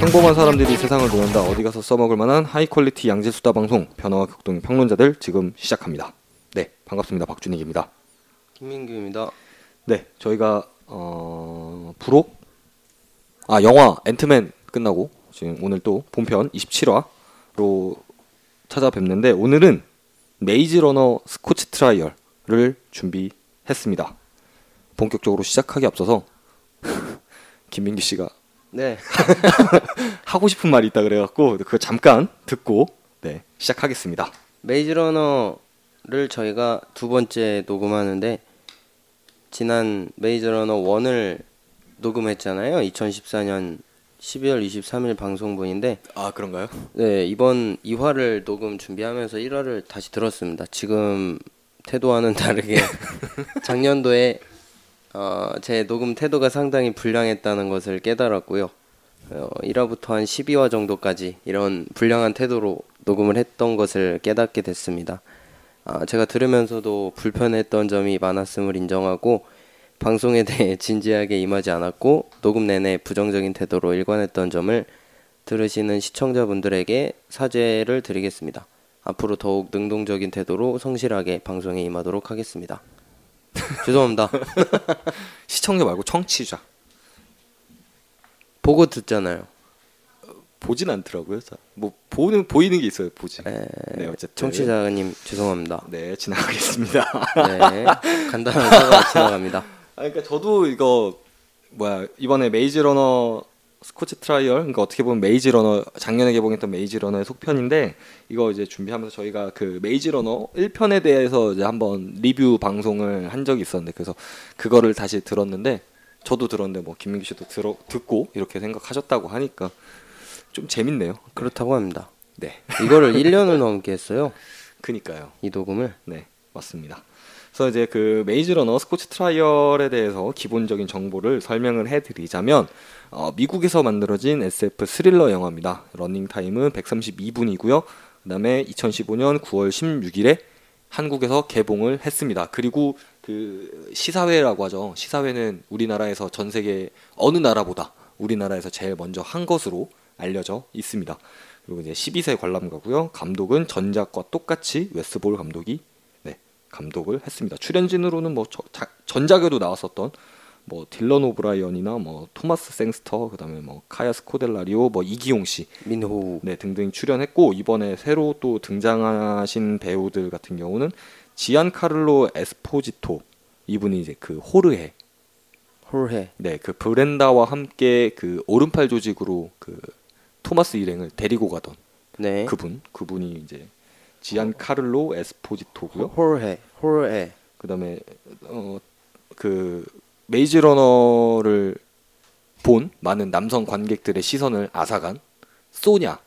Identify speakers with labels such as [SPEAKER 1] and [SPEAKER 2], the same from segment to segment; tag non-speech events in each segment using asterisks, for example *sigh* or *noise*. [SPEAKER 1] 평범한 사람들이 세상을 논한다 어디 가서 써먹을 만한 하이 퀄리티 양질 수다 방송 변화와 격동의 평론자들 지금 시작합니다. 네 반갑습니다 박준익입니다.
[SPEAKER 2] 김민규입니다.
[SPEAKER 1] 네 저희가 어 부록 아 영화 앤트맨 끝나고 지금 오늘 또 본편 27화로 찾아뵙는데 오늘은 메이즈 러너 스코치 트라이얼을 준비했습니다. 본격적으로 시작하기 앞서서 *laughs* 김민규 씨가
[SPEAKER 2] 네.
[SPEAKER 1] 하고 싶은 말이 있다 그래갖고 그거 잠깐 듣고 네 시작하겠습니다.
[SPEAKER 2] 메이즈러너를 저희가 두 번째 녹음하는데 지난 메이즈러너 1을 녹음했잖아요. 2014년 12월 23일 방송분인데
[SPEAKER 1] 아 그런가요?
[SPEAKER 2] 네, 이번 2화를 녹음 준비하면서 1화를 다시 들었습니다. 지금 태도와는 *laughs* 다르게 작년도에 어, 제 녹음 태도가 상당히 불량했다는 것을 깨달았고요. 어, 1화부터 한 12화 정도까지 이런 불량한 태도로 녹음을 했던 것을 깨닫게 됐습니다. 아, 제가 들으면서도 불편했던 점이 많았음을 인정하고 방송에 대해 *laughs* 진지하게 임하지 않았고 녹음 내내 부정적인 태도로 일관했던 점을 들으시는 시청자분들에게 사죄를 드리겠습니다. 앞으로 더욱 능동적인 태도로 성실하게 방송에
[SPEAKER 1] *laughs*
[SPEAKER 2] 임하도록 하겠습니다. 죄송합니다.
[SPEAKER 1] 시청자 말고 청취자
[SPEAKER 2] 보고 듣잖아요.
[SPEAKER 1] 보진 않더라고요. 자, 뭐 보는 보이는 게 있어요. 보지.
[SPEAKER 2] 에,
[SPEAKER 1] 네 어쨌든
[SPEAKER 2] 예, 청취자님 죄송합니다.
[SPEAKER 1] 네 지나가겠습니다. *laughs*
[SPEAKER 2] 네, 간단한 사과 지나갑니다.
[SPEAKER 1] 아, 그러니까 저도 이거 뭐야 이번에 메이지 러너 스코치 트라이얼 그러니까 어떻게 보면 메이지 러너 작년에 개봉했던 메이지 러너의 속편인데 이거 이제 준비하면서 저희가 그 메이지 러너 1편에 대해서 이제 한번 리뷰 방송을 한 적이 있었는데 그래서 그거를 다시 들었는데 저도 들었는데 뭐 김민규 씨도 들어 듣고 이렇게 생각하셨다고 하니까 좀 재밌네요.
[SPEAKER 2] 그렇다고 합니다.
[SPEAKER 1] 네.
[SPEAKER 2] 이거를 1년을 넘게 했어요.
[SPEAKER 1] 그니까요.
[SPEAKER 2] 이 녹음을.
[SPEAKER 1] 네, 맞습니다. 그래서 이제 그 메이즈 러너 스코치 트라이얼에 대해서 기본적인 정보를 설명을 해드리자면 어, 미국에서 만들어진 SF 스릴러 영화입니다. 러닝 타임은 132분이고요. 그다음에 2015년 9월 16일에 한국에서 개봉을 했습니다. 그리고 그 시사회라고 하죠. 시사회는 우리나라에서 전 세계 어느 나라보다 우리나라에서 제일 먼저 한 것으로 알려져 있습니다. 그리고 이제 12세 관람가고요. 감독은 전작과 똑같이 웨스볼 감독이 네, 감독을 했습니다. 출연진으로는 뭐 저- 자- 전작에도 나왔었던 뭐 딜런 오브라이언이나 뭐 토마스 생스터 그다음에 뭐 카야 스코델라리오 뭐 이기용 씨
[SPEAKER 2] 민호우.
[SPEAKER 1] 네, 등등 출연했고 이번에 새로 또 등장하신 배우들 같은 경우는 지안 카를로 에스포지토 이분이 이제 그 호르헤
[SPEAKER 2] 홀해.
[SPEAKER 1] 네, 그 브렌다와 함께 그 오른팔 조직으로 그 토마스 일행을 데리고 가던
[SPEAKER 2] 네.
[SPEAKER 1] 그분 그분이 이제 지안 카를로 에스포지토고요.
[SPEAKER 2] 홀해. 홀해.
[SPEAKER 1] 그다음에 어, 어그 메이즈 러너를 본 많은 남성 관객들의 시선을 앗아간 소냐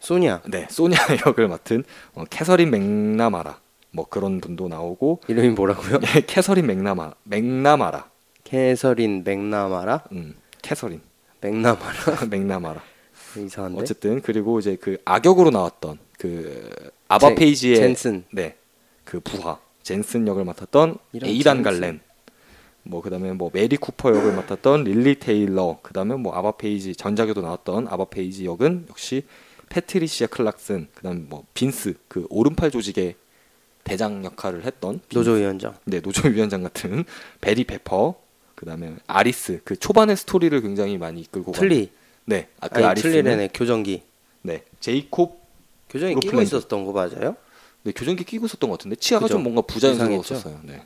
[SPEAKER 2] 소냐.
[SPEAKER 1] 네, 소냐 *laughs* 역을 맡은 어, 캐서린 맥나마라 뭐 그런 분도 나오고
[SPEAKER 2] 이름이
[SPEAKER 1] *laughs*
[SPEAKER 2] 뭐라고요?
[SPEAKER 1] 예, 캐서린 맥나마 맥나마라
[SPEAKER 2] 캐서린 맥나마라?
[SPEAKER 1] 음 캐서린 *laughs*
[SPEAKER 2] 맥나마라?
[SPEAKER 1] 맥나마라
[SPEAKER 2] 이상한데?
[SPEAKER 1] 어쨌든 그리고 이제 그 악역으로 나왔던 그 아바
[SPEAKER 2] 젠-
[SPEAKER 1] 페이지의
[SPEAKER 2] 젠슨.
[SPEAKER 1] 네그 부하 젠슨 역을 맡았던
[SPEAKER 2] 이런
[SPEAKER 1] 에이단
[SPEAKER 2] 젠슨.
[SPEAKER 1] 갈렌 뭐 그다음에 뭐 메리 쿠퍼 역을 맡았던 릴리 테일러 그다음에 뭐 아바 페이지 전작에도 나왔던 아바 페이지 역은 역시 패트리시아 클락슨 그다음 뭐 빈스 그 오른팔 조직의 대장 역할을 했던
[SPEAKER 2] 노조위원장.
[SPEAKER 1] 네, 노조위원장 같은 *laughs* 베리 페퍼 그다음에 아리스 그 초반의 스토리를 굉장히 많이 이끌고 간-
[SPEAKER 2] 틀리.
[SPEAKER 1] 네, 아,
[SPEAKER 2] 아,
[SPEAKER 1] 그
[SPEAKER 2] 니
[SPEAKER 1] 아리스는
[SPEAKER 2] 틀리래네. 교정기.
[SPEAKER 1] 네 제이콥
[SPEAKER 2] 교정기 끼고
[SPEAKER 1] 로플랜드.
[SPEAKER 2] 있었던 거 맞아요?
[SPEAKER 1] 네, 교정기 끼고 있었던 것 같은데 치아가
[SPEAKER 2] 그죠?
[SPEAKER 1] 좀 뭔가 부자연스러웠었어요. 네.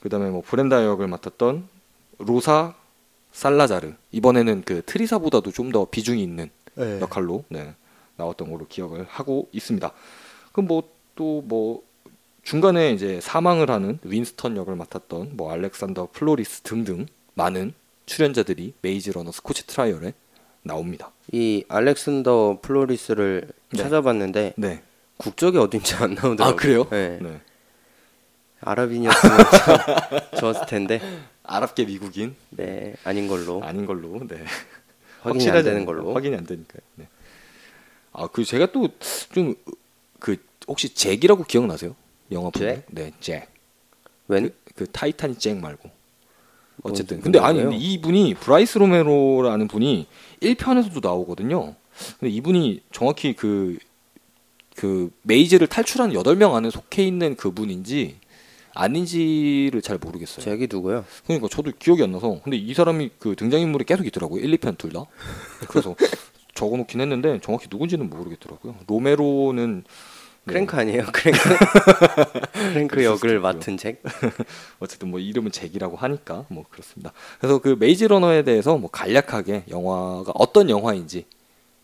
[SPEAKER 1] 그다음에 뭐 브렌다 역을 맡았던 로사 살라자르 이번에는 그 트리사보다도 좀 더 비중이 있는
[SPEAKER 2] 네.
[SPEAKER 1] 역할로 네, 나왔던 걸로 기억을 하고 있습니다. 그럼 뭐 또 뭐 중간에 이제 사망을 하는 윈스턴 역을 맡았던 뭐 알렉산더 플로리스 등등 많은 출연자들이 메이즈 러너 스코치 트라이얼에 나옵니다.
[SPEAKER 2] 이 알렉산더 플로리스를
[SPEAKER 1] 네.
[SPEAKER 2] 찾아봤는데
[SPEAKER 1] 네.
[SPEAKER 2] 국적이 어딘지 안 나오더라고요.
[SPEAKER 1] 아 그래요?
[SPEAKER 2] 네.
[SPEAKER 1] 네.
[SPEAKER 2] *laughs* 아랍인이었으면 참 좋았을 텐데.
[SPEAKER 1] 아랍계 미국인
[SPEAKER 2] 네. 아닌 걸로.
[SPEAKER 1] 아닌 걸로 네.
[SPEAKER 2] 확인이
[SPEAKER 1] *laughs*
[SPEAKER 2] 안
[SPEAKER 1] 확실하지
[SPEAKER 2] 되는
[SPEAKER 1] 않-
[SPEAKER 2] 걸로.
[SPEAKER 1] 확인이 안 되니까요. 네. 아, 그 제가 또 좀 그 혹시 잭이라고 기억나세요? 영화
[SPEAKER 2] 잭?
[SPEAKER 1] 보면? 네, 잭.
[SPEAKER 2] 웬?
[SPEAKER 1] 그 타이타닉 잭 말고. 어쨌든
[SPEAKER 2] 뭔-
[SPEAKER 1] 근데 아니
[SPEAKER 2] 뭔가요?
[SPEAKER 1] 근데 이분이 브라이스 로메로라는 분이 1편에서도 나오거든요. 근데 이분이 정확히 그 그 메이즈를 탈출한 8명 안에 속해 있는 그분인지 아닌지를 잘 모르겠어요.
[SPEAKER 2] 잭이 누구요?
[SPEAKER 1] 그러니까 저도 기억이 안 나서 근데 이 사람이 그 등장인물이 계속 있더라고요 1, 2편 둘 다
[SPEAKER 2] *laughs*
[SPEAKER 1] 그래서 적어놓긴 했는데 정확히 누군지는 모르겠더라고요 로메로는 네.
[SPEAKER 2] 크랭크 아니에요? *laughs* 크랭크? 크랭크 역을 맡은 잭?
[SPEAKER 1] 어쨌든 뭐 이름은 잭이라고 하니까 뭐 그렇습니다 그래서 그 메이지 러너에 대해서 뭐 간략하게 영화가 어떤 영화인지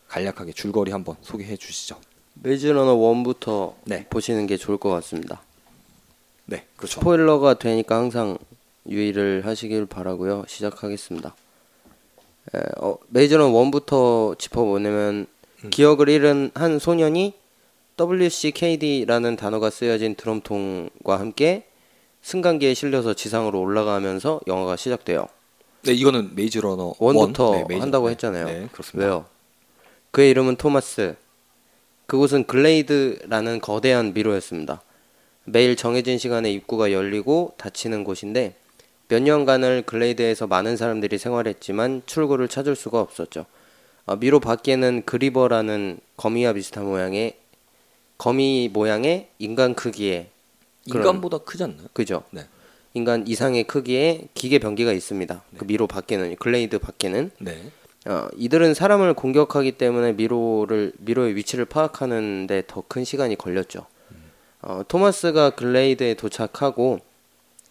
[SPEAKER 1] 간략하게 줄거리 한번 소개해 주시죠
[SPEAKER 2] 메이즈러너 1부터
[SPEAKER 1] 네.
[SPEAKER 2] 보시는 게 좋을 것 같습니다.
[SPEAKER 1] 네 그렇죠
[SPEAKER 2] 스포일러가 되니까 항상 유의를 하시길 바라고요. 시작하겠습니다. 에, 어, 메이저런 1부터 짚어보면 기억을 잃은 한 소년이 WCKD라는 단어가 쓰여진 드럼통과 함께 승강기에 실려서 지상으로 올라가면서 영화가 시작돼요.
[SPEAKER 1] 네 이거는 메이지 러너
[SPEAKER 2] 원부터
[SPEAKER 1] 원. 네, 메이지
[SPEAKER 2] 한다고
[SPEAKER 1] 러너.
[SPEAKER 2] 했잖아요.
[SPEAKER 1] 네 그렇습니다
[SPEAKER 2] 왜요? 그의 이름은 토마스. 그곳은 글레이드라는 거대한 미로였습니다. 매일 정해진 시간에 입구가 열리고 닫히는 곳인데 몇 년간을 글레이드에서 많은 사람들이 생활했지만 출구를 찾을 수가 없었죠. 아, 미로 밖에는 그리버라는 거미와 비슷한 모양의 거미 모양의 인간 크기의 그런-
[SPEAKER 1] 인간보다 크지 않나요?
[SPEAKER 2] 그죠?
[SPEAKER 1] 네.
[SPEAKER 2] 인간 이상의 크기의 기계 변기가 있습니다. 그 미로 밖에는 글레이드 밖에는
[SPEAKER 1] 네
[SPEAKER 2] 어, 이들은 사람을 공격하기 때문에 미로를 미로의 위치를 파악하는데 더 큰 시간이 걸렸죠. 어, 토마스가 글레이드에 도착하고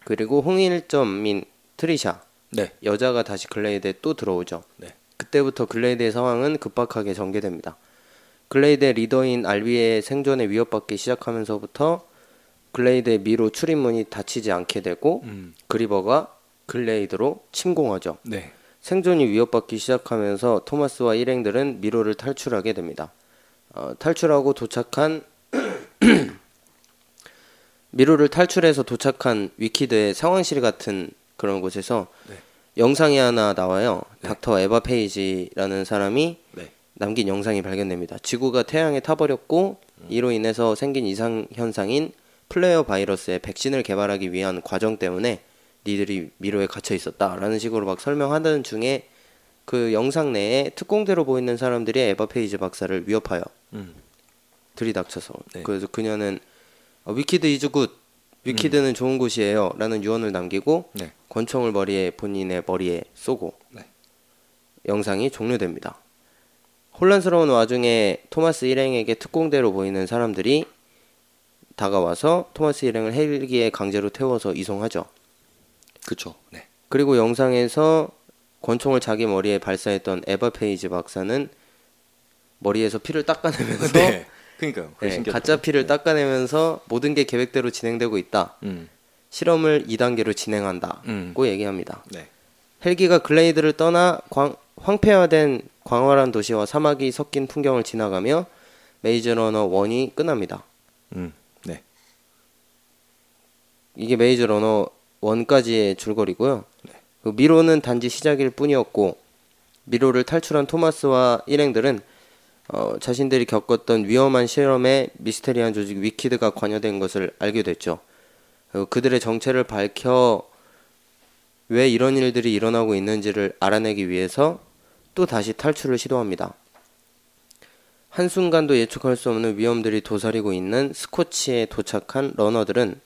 [SPEAKER 2] 그리고 홍일점인 트리샤
[SPEAKER 1] 네.
[SPEAKER 2] 여자가 다시 글레이드에 또 들어오죠.
[SPEAKER 1] 네.
[SPEAKER 2] 그때부터 글레이드의 상황은 급박하게 전개됩니다. 글레이드의 리더인 알비의 생존에 위협받기 시작하면서부터 글레이드의 미로 출입문이 닫히지 않게 되고
[SPEAKER 1] 음.
[SPEAKER 2] 그리버가 글레이드로 침공하죠.
[SPEAKER 1] 네.
[SPEAKER 2] 생존이 위협받기 시작하면서 토마스와 일행들은 미로를 탈출하게 됩니다. 어, 탈출하고 도착한 *clears throat* 미로를 탈출해서 도착한 위키드의 상황실 같은 그런 곳에서
[SPEAKER 1] 네.
[SPEAKER 2] 영상이 하나 나와요. 닥터 에바 페이지라는 사람이
[SPEAKER 1] 네.
[SPEAKER 2] 남긴 영상이 발견됩니다. 지구가 태양에 타버렸고
[SPEAKER 1] 음.
[SPEAKER 2] 이로 인해서 생긴 이상 현상인 플레어 바이러스의 백신을 개발하기 위한 과정 때문에 니들이 미로에 갇혀 있었다라는 식으로 막 설명하는 중에 그 영상 내에 특공대로 보이는 사람들이 에바 페이지 박사를 위협하여
[SPEAKER 1] 음.
[SPEAKER 2] 들이닥쳐서
[SPEAKER 1] 네.
[SPEAKER 2] 그래서 그녀는 어, 위키드 이즈 굿
[SPEAKER 1] 음.
[SPEAKER 2] 위키드는 좋은 곳이에요라는 유언을 남기고
[SPEAKER 1] 네.
[SPEAKER 2] 권총을 머리에 본인의 머리에 쏘고
[SPEAKER 1] 네.
[SPEAKER 2] 영상이 종료됩니다. 혼란스러운 와중에 토마스 일행에게 특공대로 보이는 사람들이 다가와서 토마스 일행을 헬기에 강제로 태워서 이송하죠.
[SPEAKER 1] 그렇죠 네.
[SPEAKER 2] 그리고 영상에서 권총을 자기 머리에 발사했던 에바 페이지 박사는 머리에서 피를 닦아내면서
[SPEAKER 1] *laughs* 네. 그러니까요 그게
[SPEAKER 2] 네,
[SPEAKER 1] 신기하더라고요.
[SPEAKER 2] 가짜 피를 닦아내면서 모든 게 계획대로 진행되고 있다.
[SPEAKER 1] 음.
[SPEAKER 2] 실험을 2단계로 진행한다고
[SPEAKER 1] 음.
[SPEAKER 2] 얘기합니다.
[SPEAKER 1] 네.
[SPEAKER 2] 헬기가 글레이드를 떠나 광- 황폐화된 광활한 도시와 사막이 섞인 풍경을 지나가며 메이즈 러너 1이 끝납니다.
[SPEAKER 1] 음. 네.
[SPEAKER 2] 이게 메이즈 러너 1까지의 줄거리고요. 그 미로는 단지 시작일 뿐이었고 미로를 탈출한 토마스와 일행들은 어, 자신들이 겪었던 위험한 실험에 미스테리한 조직 위키드가 관여된 것을 알게 됐죠. 어, 그들의 정체를 밝혀 왜 이런 일들이 일어나고 있는지를 알아내기 위해서 또 다시 탈출을 시도합니다. 한순간도 예측할 수 없는 위험들이 도사리고 있는 스코치에 도착한 러너들은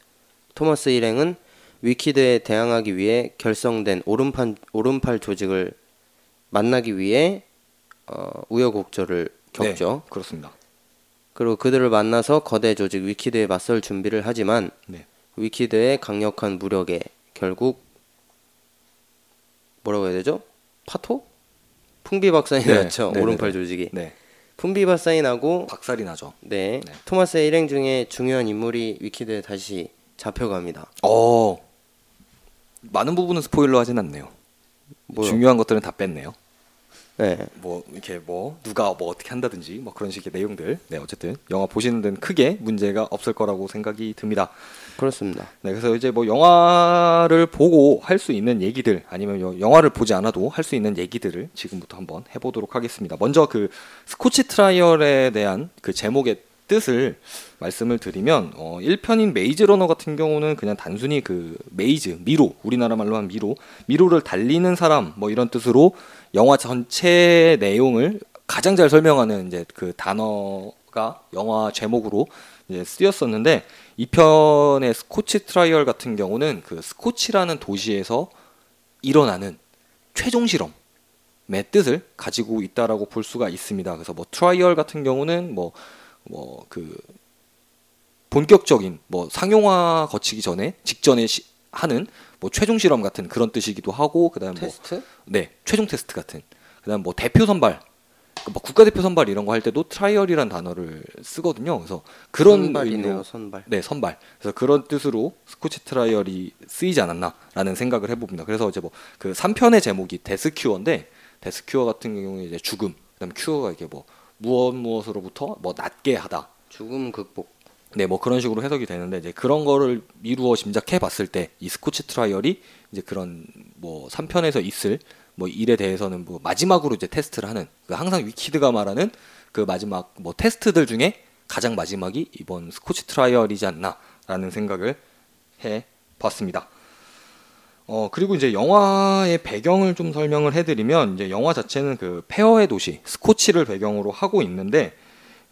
[SPEAKER 2] 토마스 일행은 위키드에 대항하기 위해 결성된 오른팔, 오른팔 조직을 만나기 위해 어, 우여곡절을 겪죠.
[SPEAKER 1] 네, 그렇습니다.
[SPEAKER 2] 그리고 그들을 만나서 거대 조직 위키드에 맞설 준비를 하지만
[SPEAKER 1] 네.
[SPEAKER 2] 위키드의 강력한 무력에 결국 뭐라고 해야 되죠? 파토? 풍비박산이
[SPEAKER 1] 네,
[SPEAKER 2] 났죠.
[SPEAKER 1] 네,
[SPEAKER 2] 오른팔
[SPEAKER 1] 네, 네.
[SPEAKER 2] 조직이.
[SPEAKER 1] 네.
[SPEAKER 2] 풍비박산이 나고
[SPEAKER 1] 어, 박살이 나죠.
[SPEAKER 2] 네.
[SPEAKER 1] 네.
[SPEAKER 2] 토마스의 일행 중에 중요한 인물이 위키드에 다시 잡혀갑니다.
[SPEAKER 1] 어. 많은 부분은 스포일러 하진 않네요.
[SPEAKER 2] 뭐요?
[SPEAKER 1] 중요한 것들은 다 뺐네요.
[SPEAKER 2] 네.
[SPEAKER 1] 뭐 이렇게 뭐 누가 뭐 어떻게 한다든지 뭐 그런 식의 내용들. 네, 어쨌든 영화 보시는 데는 크게 문제가 없을 거라고 생각이 듭니다.
[SPEAKER 2] 그렇습니다.
[SPEAKER 1] 네, 그래서 이제 뭐 영화를 보고 할 수 있는 얘기들 아니면 여- 영화를 보지 않아도 할 수 있는 얘기들을 지금부터 한번 해보도록 하겠습니다. 먼저 그 스코치 트라이얼에 대한 그 제목에 뜻을 말씀을 드리면 어, 1편인 메이즈 러너 같은 경우는 그냥 단순히 그 메이즈, 미로, 우리나라 말로 한 미로, 미로를 달리는 사람 뭐 이런 뜻으로 영화 전체 내용을 가장 잘 설명하는 이제 그 단어가 영화 제목으로 이제 쓰였었는데 이 편의 스코치 트라이얼 같은 경우는 그 스코치라는 도시에서 일어나는 최종 실험 의 뜻을 가지고 있다라고 볼 수가 있습니다. 그래서 뭐 트라이얼 같은 경우는 뭐 뭐 그 본격적인 뭐 상용화 거치기 전에 직전에 시- 하는 뭐 최종 실험 같은 그런 뜻이기도 하고 그다음 뭐
[SPEAKER 2] 테스트?
[SPEAKER 1] 네, 최종 테스트 같은. 그다음 뭐 대표 선발, 그뭐 국가대표 선발 이런 거 할 때도 트라이얼이란 단어를 쓰거든요. 그래서 그런
[SPEAKER 2] 선발이네요.
[SPEAKER 1] 의미로-
[SPEAKER 2] 선발.
[SPEAKER 1] 네, 선발. 그래서 그런 뜻으로 스코치 트라이얼이 쓰이지 않았나라는 생각을 해봅니다. 그래서 이제 뭐 그 3편의 제목이 데스큐어인데 데스큐어 같은 경우에 이제 죽음, 그다음 큐어가 이게 뭐 무엇 무엇으로부터 뭐 낫게 하다.
[SPEAKER 2] 죽음 극복.
[SPEAKER 1] 네, 뭐 그런 식으로 해석이 되는데 이제 그런 거를 미루어 짐작해 봤을 때 이 스코치 트라이얼이 이제 그런 뭐 3편에서 있을 뭐 일에 대해서는 뭐 마지막으로 이제 테스트를 하는 그 항상 위키드가 말하는 그 마지막 뭐 테스트들 중에 가장 마지막이 이번 스코치 트라이얼이지 않나라는 생각을 해 봤습니다. 어, 그리고 이제 영화의 배경을 좀 설명을 해드리면, 이제 영화 자체는 그 페어의 도시, 스코치를 배경으로 하고 있는데,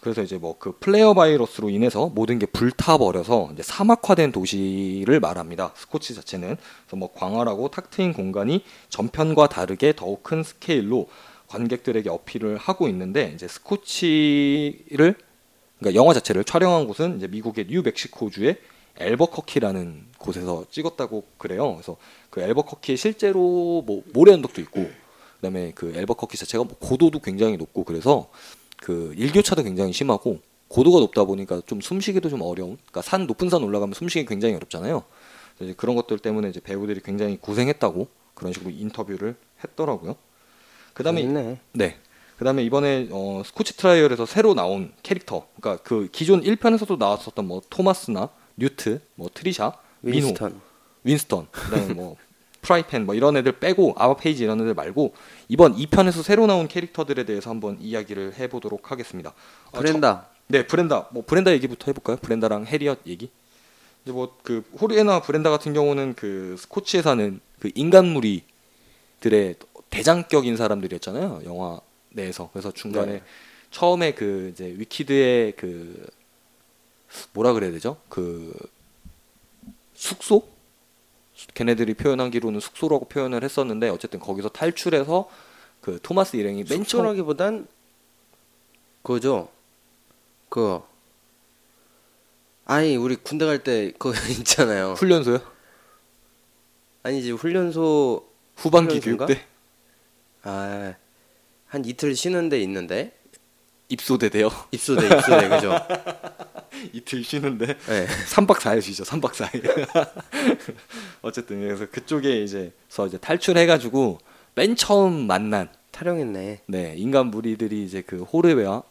[SPEAKER 1] 그래서 이제 뭐 그 플레이어 바이러스로 인해서 모든 게 불타버려서 이제 사막화된 도시를 말합니다. 스코치 자체는. 그래서 뭐 광활하고 탁 트인 공간이 전편과 다르게 더욱 큰 스케일로 관객들에게 어필을 하고 있는데, 이제 스코치를, 그러니까 영화 자체를 촬영한 곳은 이제 미국의 뉴멕시코주의 엘버커키라는 곳에서 찍었다고 그래요. 그래서 그 엘버커키에 실제로 뭐 모래 언덕도 있고 그다음에 그 엘버커키 자체가 뭐 고도도 굉장히 높고 그래서 그 일교차도 굉장히 심하고 고도가 높다 보니까 좀 숨쉬기도 좀 어려운 그러니까 산 높은 산 올라가면 숨쉬기 굉장히 어렵잖아요. 그래서 이제 그런 것들 때문에 이제 배우들이 굉장히 고생했다고 그런 식으로 인터뷰를 했더라고요. 그다음에
[SPEAKER 2] 있네.
[SPEAKER 1] 네. 그다음에 이번에 어, 스코치 트라이얼에서 새로 나온 캐릭터, 그러니까 그 기존 1편에서도 나왔었던 뭐 토마스나 뉴트, 뭐 트리샤, 민호,
[SPEAKER 2] 윈스턴.
[SPEAKER 1] 윈스턴, 그다음에 뭐 *laughs* 프라이팬 뭐 이런 애들 빼고 아바 페이지 이런 애들 말고 이번 2편에서 새로 나온 캐릭터들에 대해서 한번 이야기를 해보도록 하겠습니다. 어,
[SPEAKER 2] 브렌다.
[SPEAKER 1] 저- 네, 브렌다. 뭐 브렌다 얘기부터 해볼까요? 브렌다랑 해리엇 얘기. 이제 뭐 그 호리에나 브렌다 같은 경우는 그 스코치에 사는 그 인간무리들의 대장격인 사람들이었잖아요. 영화 내에서 그래서 중간에
[SPEAKER 2] 네.
[SPEAKER 1] 처음에 그 이제 위키드의 그 뭐라 그래야 되죠? 그 숙소? 걔네들이 표현하기로는 숙소라고 표현을 했었는데 어쨌든 거기서 탈출해서 그 토마스 일행이 맨 처음
[SPEAKER 2] 맨처라기보단 그거죠. 그 아니 우리 군대 갈 때 그거 *laughs* 있잖아요.
[SPEAKER 1] 훈련소요?
[SPEAKER 2] 아니지 훈련소
[SPEAKER 1] 후반기 교육
[SPEAKER 2] 훈련소인가?
[SPEAKER 1] 때
[SPEAKER 2] 아, 한 이틀 쉬는 데 있는데
[SPEAKER 1] 입소대대요.
[SPEAKER 2] 입소대 입소대 그죠?
[SPEAKER 1] *laughs* 이틀 쉬는데 *laughs*
[SPEAKER 2] 네.
[SPEAKER 1] 3박 4일 쉬죠. 3박 4일. *laughs* 어쨌든 그래서 그쪽에 이제 서 이제 탈출해 가지고 맨 처음 만난
[SPEAKER 2] 타령했네.
[SPEAKER 1] 네, 인간 무리들이 이제 그 호르웨와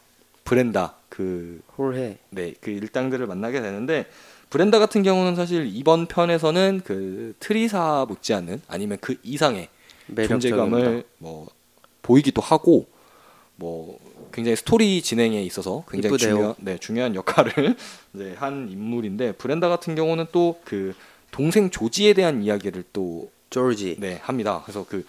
[SPEAKER 1] 브렌다 그
[SPEAKER 2] 홀해.
[SPEAKER 1] 네, 그 일당들을 만나게 되는데 브렌다 같은 경우는 사실 이번 편에서는 그 트리사 못지않은 아니면 그 이상의
[SPEAKER 2] 매력적입니다.
[SPEAKER 1] 존재감을 뭐 보이기도 하고 뭐 굉장히 스토리 진행에 있어서 굉장히
[SPEAKER 2] 이쁘대요.
[SPEAKER 1] 중요한 네, 중요한 역할을 *laughs* 이제 한 인물인데 브렌다 같은 경우는 또 그 동생 조지에 대한 이야기를 또
[SPEAKER 2] 조지.
[SPEAKER 1] 네, 합니다. 그래서 그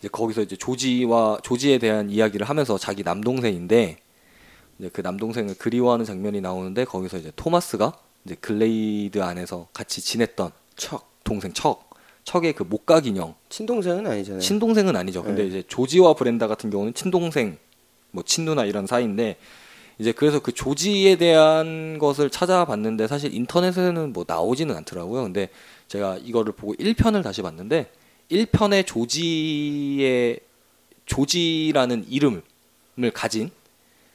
[SPEAKER 1] 이제 거기서 이제 조지와 조지에 대한 이야기를 하면서 자기 남동생인데 이제 그 남동생을 그리워하는 장면이 나오는데 거기서 이제 토마스가 이제 글레이드 안에서 같이 지냈던 척 동생 척 척의 그 목각 인형
[SPEAKER 2] 친동생은 아니잖아요.
[SPEAKER 1] 친동생은 아니죠. 근데
[SPEAKER 2] 네.
[SPEAKER 1] 이제 조지와 브렌다 같은 경우는 친동생, 뭐 친누나 이런 사이인데 이제 그래서 그 조지에 대한 것을 찾아봤는데 사실 인터넷에는 뭐 나오지는 않더라고요. 근데 제가 이거를 보고 1편을 다시 봤는데 1편의 조지의 조지라는 이름을 가진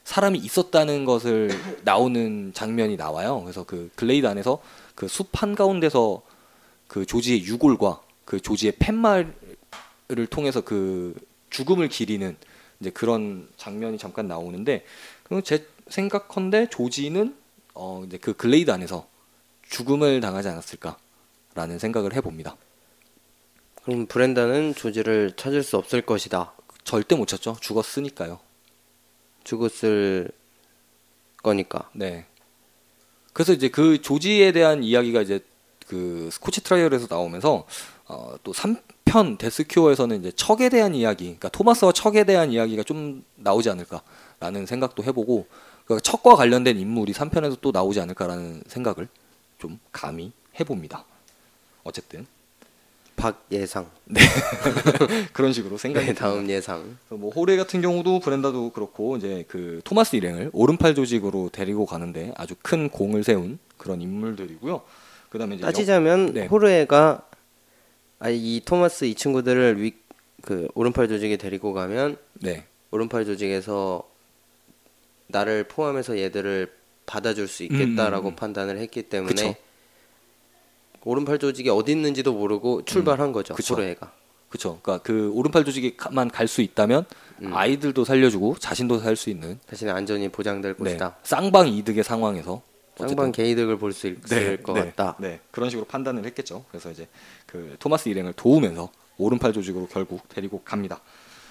[SPEAKER 1] 사람이 있었다는 것을 나오는 장면이 나와요. 그래서 그 글레이드 안에서 그 숲 한가운데서 그 조지의 유골과 그 조지의 팻말을 통해서 그 죽음을 기리는 이제 그런 장면이 잠깐 나오는데 그럼 제 생각컨대 조지는 어 이제 그 글레이드 안에서 죽음을 당하지 않았을까라는 생각을 해봅니다.
[SPEAKER 2] 그럼 브렌다는 조지를 찾을 수 없을 것이다.
[SPEAKER 1] 절대 못 찾죠. 죽었으니까요.
[SPEAKER 2] 죽었을 거니까.
[SPEAKER 1] 네. 그래서 이제 그 조지에 대한 이야기가 이제 그 스코치 트라이얼에서 나오면서 어, 또 3편 데스큐어에서는 이제 척에 대한 이야기, 그러니까 토마스와 척에 대한 이야기가 좀 나오지 않을까라는 생각도 해보고 그 척과 관련된 인물이 3편에서 또 나오지 않을까라는 생각을 좀 감히 해봅니다. 어쨌든
[SPEAKER 2] 박 예상.
[SPEAKER 1] 그런 식으로 생각이
[SPEAKER 2] 네, 다음 예상.
[SPEAKER 1] 그래서 뭐 호레 같은 경우도 브렌다도 그렇고 이제 그 토마스 일행을 오른팔 조직으로 데리고 가는데 아주 큰 공을 세운 그런 인물들이고요. 그다음에 이제 영-
[SPEAKER 2] 따지자면
[SPEAKER 1] 네.
[SPEAKER 2] 호르헤가 아니 이 토마스 이 친구들을 위, 그 오른팔 조직에 데리고 가면
[SPEAKER 1] 네.
[SPEAKER 2] 오른팔 조직에서 나를 포함해서 얘들을 받아줄 수 있겠다라고 판단을 했기 때문에
[SPEAKER 1] 음. 그쵸.
[SPEAKER 2] 오른팔 조직이 어디 있는지도 모르고 출발한 거죠.
[SPEAKER 1] 음. 그쵸.
[SPEAKER 2] 호르헤가.
[SPEAKER 1] 그렇죠. 그러니까 그 오른팔 조직만 갈 수 있다면
[SPEAKER 2] 음.
[SPEAKER 1] 아이들도 살려주고 자신도 살 수 있는
[SPEAKER 2] 자신의 안전이 보장될
[SPEAKER 1] 네.
[SPEAKER 2] 것이다.
[SPEAKER 1] 쌍방 이득의 상황에서
[SPEAKER 2] 쌍방 개이득을 볼 수 있을 것 같다.
[SPEAKER 1] 네, 그런 식으로 판단을 했겠죠. 그래서 이제 그 토마스 일행을 도우면서 오른팔 조직으로 결국 데리고 갑니다.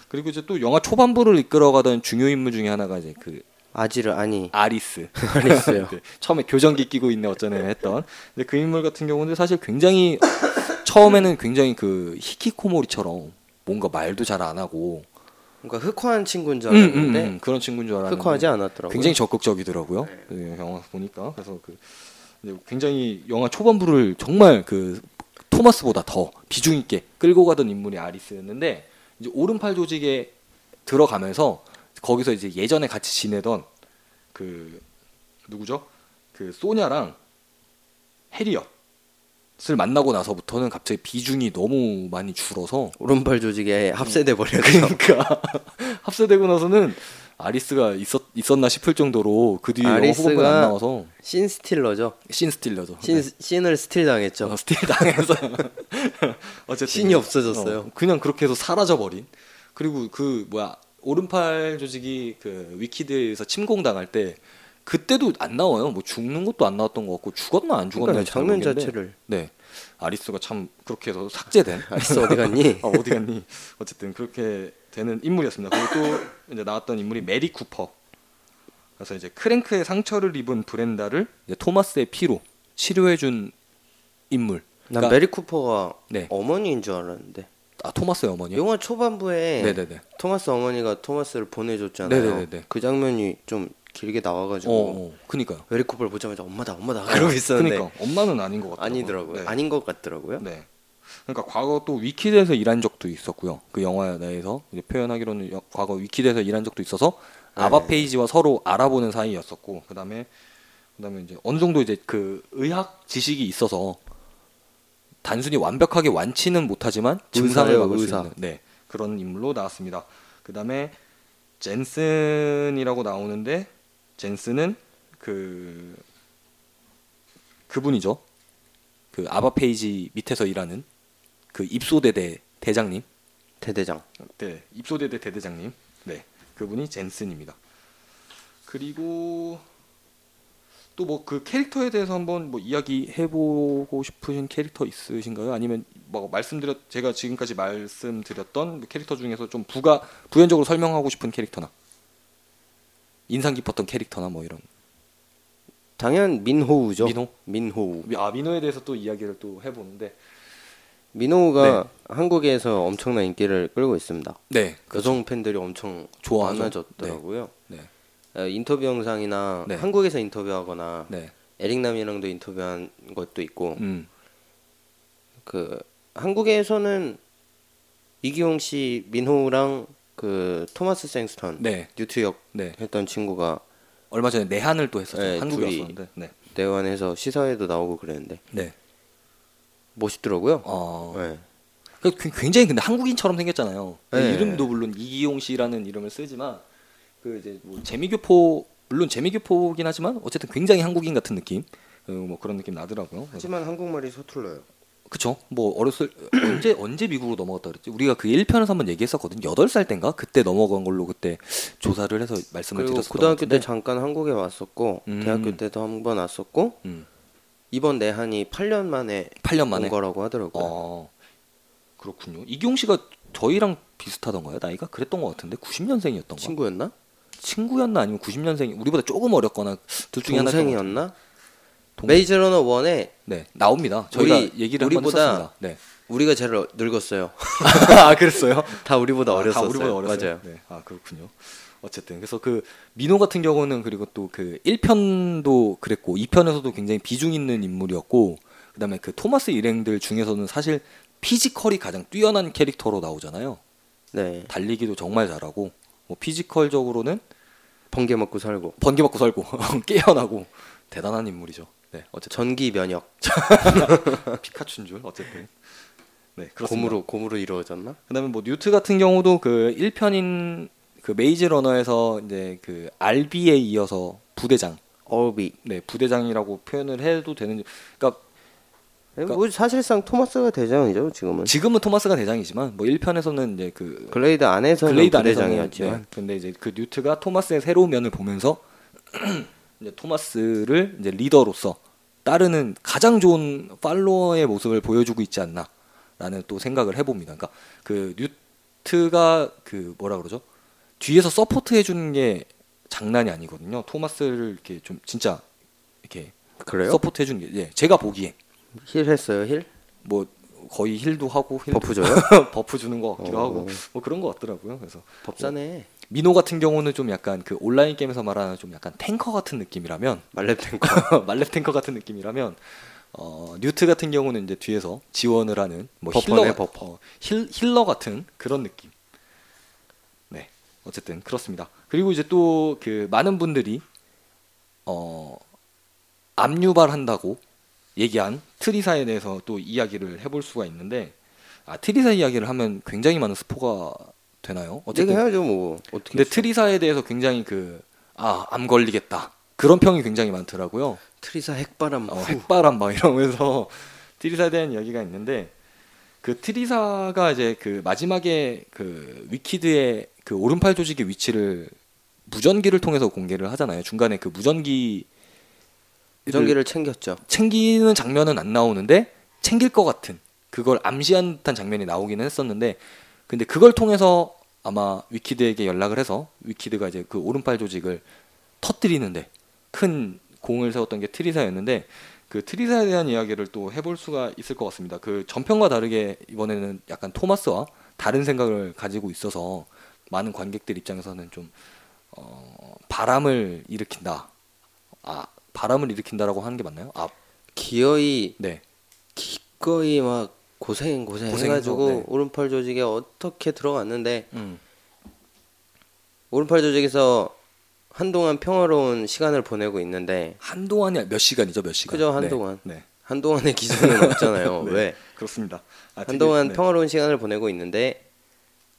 [SPEAKER 1] 그리고 이제 또 영화 초반부를 이끌어가던 중요 인물 중에 하나가 이제 그
[SPEAKER 2] 아지를 아니 *laughs*
[SPEAKER 1] 아리스.
[SPEAKER 2] 아니었어요.
[SPEAKER 1] 네, 처음에 교정기 끼고 있네 어쩌네 했던. 근데 그 인물 같은 경우는 사실 굉장히 *laughs* 처음에는 굉장히 그 히키코모리처럼 뭔가 말도 잘 안 하고
[SPEAKER 2] 뭔가 그러니까 흑화한 친구인 줄
[SPEAKER 1] 음,
[SPEAKER 2] 알았는데
[SPEAKER 1] 음, 음, 그런 친구인 줄 알았는데
[SPEAKER 2] 흑화하지 않았더라고요. 네.
[SPEAKER 1] 굉장히 적극적이더라고요. 그 영화 보니까 그래서 그 근데 굉장히 영화 초반부를 정말 그 토마스보다 더 비중 있게 끌고 가던 인물이 아리스였는데 이제 오른팔 조직에 들어가면서 거기서 이제 예전에 같이 지내던 그 누구죠? 그 소냐랑 해리엇을 만나고 나서부터는 갑자기 비중이 너무 많이 줄어서
[SPEAKER 2] 오른팔 조직에
[SPEAKER 1] 음.
[SPEAKER 2] 합세돼 버려서
[SPEAKER 1] 그러니까 *laughs* 합세되고 나서는 아리스가 있었 있었나 싶을 정도로 그 뒤에 영화
[SPEAKER 2] 아리스가
[SPEAKER 1] 후보가 안 나와서
[SPEAKER 2] 신 스틸러죠.
[SPEAKER 1] 신 스틸러죠.
[SPEAKER 2] 신
[SPEAKER 1] 어, 네.
[SPEAKER 2] 신을 스틸 당했죠.
[SPEAKER 1] 어, 스틸 당해서 *laughs* 어쨌든
[SPEAKER 2] 신이 없어졌어요.
[SPEAKER 1] 어, 그냥 그렇게 해서 사라져 버린. 그리고 그 뭐야 오른팔 조직이 그 위키드에서 침공당할 때 그때도 안 나와요. 뭐 죽는 것도 안 나왔던 것 같고 죽었나 안 죽었나
[SPEAKER 2] 그러니까
[SPEAKER 1] 잘
[SPEAKER 2] 장면
[SPEAKER 1] 모르겠는데. *laughs*
[SPEAKER 2] 자체를
[SPEAKER 1] 네 아리스가 참 그렇게 해서 삭제된
[SPEAKER 2] *laughs* 아리스 어디 갔니?
[SPEAKER 1] 아, 어디 갔니? *laughs* 어쨌든 그렇게 되는 인물이었습니다. 그리고 또 이제 나왔던 인물이 메리 쿠퍼. 그래서 이제 크랭크의 상처를 입은 브렌다를 이제 토마스의 피로 치료해준 인물.
[SPEAKER 2] 난
[SPEAKER 1] 그러니까-
[SPEAKER 2] 메리 쿠퍼가
[SPEAKER 1] 네.
[SPEAKER 2] 어머니인 줄 알았는데
[SPEAKER 1] 아 토마스의 어머니요?
[SPEAKER 2] 영화 초반부에
[SPEAKER 1] 네네네.
[SPEAKER 2] 토마스 어머니가 토마스를 보내줬잖아요.
[SPEAKER 1] 네네네네.
[SPEAKER 2] 그 장면이 좀 길게
[SPEAKER 1] 어,
[SPEAKER 2] 나와가지고
[SPEAKER 1] 어, 그니까요. 네.
[SPEAKER 2] 메리 쿠퍼를 보자마자 엄마다 엄마다 아, 그러고 있었는데
[SPEAKER 1] 그니까 엄마는 아닌 것 같아요.
[SPEAKER 2] 아니더라고요. 아닌 것 같더라고요.
[SPEAKER 1] 네. 그러니까 과거 또 위키드에서 일한 적도 있었고요. 그 영화 내에서 이제 표현하기로는 여- 과거 위키드에서 일한 적도 있어서
[SPEAKER 2] 네.
[SPEAKER 1] 아바 페이지와 서로 알아보는 사이였었고 그다음에 그다음에 이제 어느 정도 이제 그 의학 지식이 있어서 단순히 완벽하게 완치는 못하지만 증상을
[SPEAKER 2] 의사예요,
[SPEAKER 1] 막을 수
[SPEAKER 2] 의사.
[SPEAKER 1] 있는 네. 그런 인물로 나왔습니다. 그다음에 젠슨이라고 나오는데 젠슨은 그 그분이죠. 그 아바 페이지 밑에서 일하는 그 입소대대 대장님.
[SPEAKER 2] 대대장.
[SPEAKER 1] 네, 입소대대 대대장님. 네, 그분이 젠슨입니다. 그리고 또 뭐 그 캐릭터에 대해서 한번 뭐 이야기 해보고 싶으신 캐릭터 있으신가요? 아니면 뭐 말씀드렸 제가 지금까지 말씀드렸던 뭐 캐릭터 중에서 좀 부가 부연적으로 설명하고 싶은 캐릭터나 인상 깊었던 캐릭터나 뭐 이런
[SPEAKER 2] 당연 민호우죠.
[SPEAKER 1] 민호?
[SPEAKER 2] 민호우.
[SPEAKER 1] 아 민호에 대해서 또 이야기를 또 해보는데
[SPEAKER 2] 민호우가 한국에서 엄청난 인기를 끌고 있습니다.
[SPEAKER 1] 네,
[SPEAKER 2] 여성 팬들이 엄청
[SPEAKER 1] 좋아하죠.
[SPEAKER 2] 많아졌더라고요.
[SPEAKER 1] 네,
[SPEAKER 2] 어, 인터뷰 영상이나
[SPEAKER 1] 네.
[SPEAKER 2] 한국에서 인터뷰하거나
[SPEAKER 1] 네,
[SPEAKER 2] 에릭남이랑도 인터뷰한 것도 있고
[SPEAKER 1] 음,
[SPEAKER 2] 그 한국에서는 이기용 씨, 민호랑 그 토마스 생스턴
[SPEAKER 1] 네,
[SPEAKER 2] 뉴트역
[SPEAKER 1] 네.
[SPEAKER 2] 했던 친구가
[SPEAKER 1] 얼마 전에 내한을 또 했었죠.
[SPEAKER 2] 네,
[SPEAKER 1] 한국에
[SPEAKER 2] 둘이.
[SPEAKER 1] 왔었는데. 네.
[SPEAKER 2] 대관에서 시사회도 나오고 그랬는데
[SPEAKER 1] 네.
[SPEAKER 2] 멋있더라고요.
[SPEAKER 1] 어.
[SPEAKER 2] 네.
[SPEAKER 1] 그 굉- 굉장히 근데 한국인처럼 생겼잖아요. 근데
[SPEAKER 2] 네.
[SPEAKER 1] 이름도 물론 이기용 씨라는 이름을 쓰지만 그 이제 뭐 재미교포 물론 재미교포긴 하지만 어쨌든 굉장히 한국인 같은 느낌. 어, 뭐 그런 느낌 나더라고요. 그래서
[SPEAKER 2] 하지만 한국말이 서툴러요.
[SPEAKER 1] 그쵸. 뭐 어렸을 *coughs* 언제 언제 미국으로 넘어갔다 그랬지? 우리가 그 1편에서 한번 얘기했었거든. 8살 땐가 그때 넘어간 걸로 그때 조사를 해서 말씀을
[SPEAKER 2] 그리고
[SPEAKER 1] 드렸었던
[SPEAKER 2] 고등학교
[SPEAKER 1] 것
[SPEAKER 2] 때
[SPEAKER 1] 같은데.
[SPEAKER 2] 잠깐 한국에 왔었고
[SPEAKER 1] 음.
[SPEAKER 2] 대학교 때도 한 번 왔었고
[SPEAKER 1] 음.
[SPEAKER 2] 이번 내한이 8년 만에
[SPEAKER 1] 8년 만에
[SPEAKER 2] 온 거라고 하더라고요.
[SPEAKER 1] 어, 그렇군요. 이기용 씨가 저희랑 비슷하던가요? 나이가 그랬던 것 같은데 90년생이었던가?
[SPEAKER 2] 친구였나?
[SPEAKER 1] 친구였나 아니면 90년생이 우리보다 조금 어렸거나 둘 중에 하나였던 것 같아요.
[SPEAKER 2] 동생이었나?
[SPEAKER 1] 동-
[SPEAKER 2] 메이저 러너 1에
[SPEAKER 1] 네 나옵니다. 저희가
[SPEAKER 2] 우리-
[SPEAKER 1] 얘기를 한번
[SPEAKER 2] 우리보다-
[SPEAKER 1] 했었습니다. 네.
[SPEAKER 2] 우리가 제일 어- 늙었어요.
[SPEAKER 1] *laughs* 아 그랬어요?
[SPEAKER 2] *laughs* 다 우리보다
[SPEAKER 1] 아,
[SPEAKER 2] 어렸었어요.
[SPEAKER 1] 다 우리보다 어렸어요.
[SPEAKER 2] 맞아요.
[SPEAKER 1] 네. 아 그렇군요. 어쨌든 그래서 그 민호 같은 경우는 그리고 또 그 1편도 그랬고 2편에서도 굉장히 비중 있는 인물이었고 그다음에 그 토마스 일행들 중에서는 사실 피지컬이 가장 뛰어난 캐릭터로 나오잖아요.
[SPEAKER 2] 네.
[SPEAKER 1] 달리기도 정말 잘하고 뭐 피지컬적으로는
[SPEAKER 2] 번개 먹고 살고
[SPEAKER 1] 번개 맞고 *laughs* 살고 깨어나고 대단한 인물이죠. 네. 어쨌든
[SPEAKER 2] 전기 면역
[SPEAKER 1] 피카츄인 줄 어쨌든. 네, 그렇습니다.
[SPEAKER 2] 고무로 고무로 이루어졌나?
[SPEAKER 1] 그다음에 뭐 뉴트 같은 경우도 그 1편인 그 메이즈 러너에서 이제 그 RB에 이어서 부대장.
[SPEAKER 2] 어비.
[SPEAKER 1] 네, 부대장이라고 표현을 해도 되는지. 그러니까 그러니까-
[SPEAKER 2] 뭐 사실상 토마스가 대장이죠 지금은.
[SPEAKER 1] 지금은 토마스가 대장이지만 뭐 1편에서는 이제 그
[SPEAKER 2] 글레이드 안에서는
[SPEAKER 1] 글레이드 안에서는
[SPEAKER 2] 대장이었지만
[SPEAKER 1] 네, 근데 이제 그 뉴트가 토마스의 새로운 면을 보면서 *clears throat* 이제 토마스를 이제 리더로서 따르는 가장 좋은 팔로워의 모습을 보여주고 있지 않나라는 또 생각을 해봅니다. 그러니까 그 뉴트가 그 뭐라 그러죠? 뒤에서 서포트 해주는 게 장난이 아니거든요. 토마스를 이렇게 좀 진짜 이렇게
[SPEAKER 2] 그래요?
[SPEAKER 1] 서포트 해주는 게 예, 제가 보기엔
[SPEAKER 2] 힐 했어요 힐?
[SPEAKER 1] 뭐 거의 힐도 하고 힐도
[SPEAKER 2] 버프 줘요?
[SPEAKER 1] *laughs* 버프 주는 것 같기도
[SPEAKER 2] 어.
[SPEAKER 1] 하고 뭐 그런 것 같더라고요. 그래서
[SPEAKER 2] 법사네
[SPEAKER 1] 민호 같은 경우는 좀 약간 그 온라인 게임에서 말하는 좀 약간 탱커 같은 느낌이라면 *laughs*
[SPEAKER 2] 말렙탱커
[SPEAKER 1] 말렙 탱커 같은 느낌이라면 어, 뉴트 같은 경우는 이제 뒤에서 지원을 하는 뭐
[SPEAKER 2] 버퍼네,
[SPEAKER 1] 힐러 버퍼 힐, 힐러 같은 그런 느낌. 네, 어쨌든 그렇습니다. 그리고 이제 또 그 많은 분들이 어, 압류발한다고 얘기한 트리사에 대해서 또 이야기를 해볼 수가 있는데 아 트리사 이야기를 하면 굉장히 많은 스포가 되나요?
[SPEAKER 2] 어떻게 해야죠 뭐 어떻게
[SPEAKER 1] 근데 트리사에 대해서 굉장히 그 아 암 걸리겠다 그런 평이 굉장히 많더라고요.
[SPEAKER 2] 트리사 핵바람
[SPEAKER 1] 어,
[SPEAKER 2] 음, 후.
[SPEAKER 1] 핵바람 막 이러면서 *laughs* 트리사에 대한 이야기가 있는데 그 트리사가 이제 그 마지막에 그 위키드의 그 오른팔 조직의 위치를 무전기를 통해서 공개를 하잖아요. 중간에 그 무전기
[SPEAKER 2] 전기를 챙겼죠
[SPEAKER 1] 챙기는 장면은 안 나오는데 챙길 것 같은 그걸 암시한 듯한 장면이 나오기는 했었는데 근데 그걸 통해서 아마 위키드에게 연락을 해서 위키드가 이제 그 오른팔 조직을 터뜨리는데 큰 공을 세웠던 게 트리사였는데 그 트리사에 대한 이야기를 또 해볼 수가 있을 것 같습니다. 그 전편과 다르게 이번에는 약간 토마스와 다른 생각을 가지고 있어서 많은 관객들 입장에서는 좀 어, 바람을 일으킨다. 아 바람을 일으킨다라고 하는 게 맞나요? 아
[SPEAKER 2] 기어이
[SPEAKER 1] 네.
[SPEAKER 2] 기꺼이 막 고생 고생
[SPEAKER 1] 고생해서,
[SPEAKER 2] 해가지고
[SPEAKER 1] 네.
[SPEAKER 2] 오른팔 조직에 어떻게 들어갔는데 오른팔 조직에서 한동안 평화로운 시간을 보내고 있는데
[SPEAKER 1] 한동안이 몇 시간이죠, 몇 시간?
[SPEAKER 2] 그죠, 한동안.
[SPEAKER 1] 네. 네. *laughs*
[SPEAKER 2] 한동안의 기준은 없잖아요
[SPEAKER 1] 네,
[SPEAKER 2] 왜
[SPEAKER 1] 그렇습니다. 아,
[SPEAKER 2] 한동안
[SPEAKER 1] 되게- 네.
[SPEAKER 2] 평화로운 시간을 보내고 있는데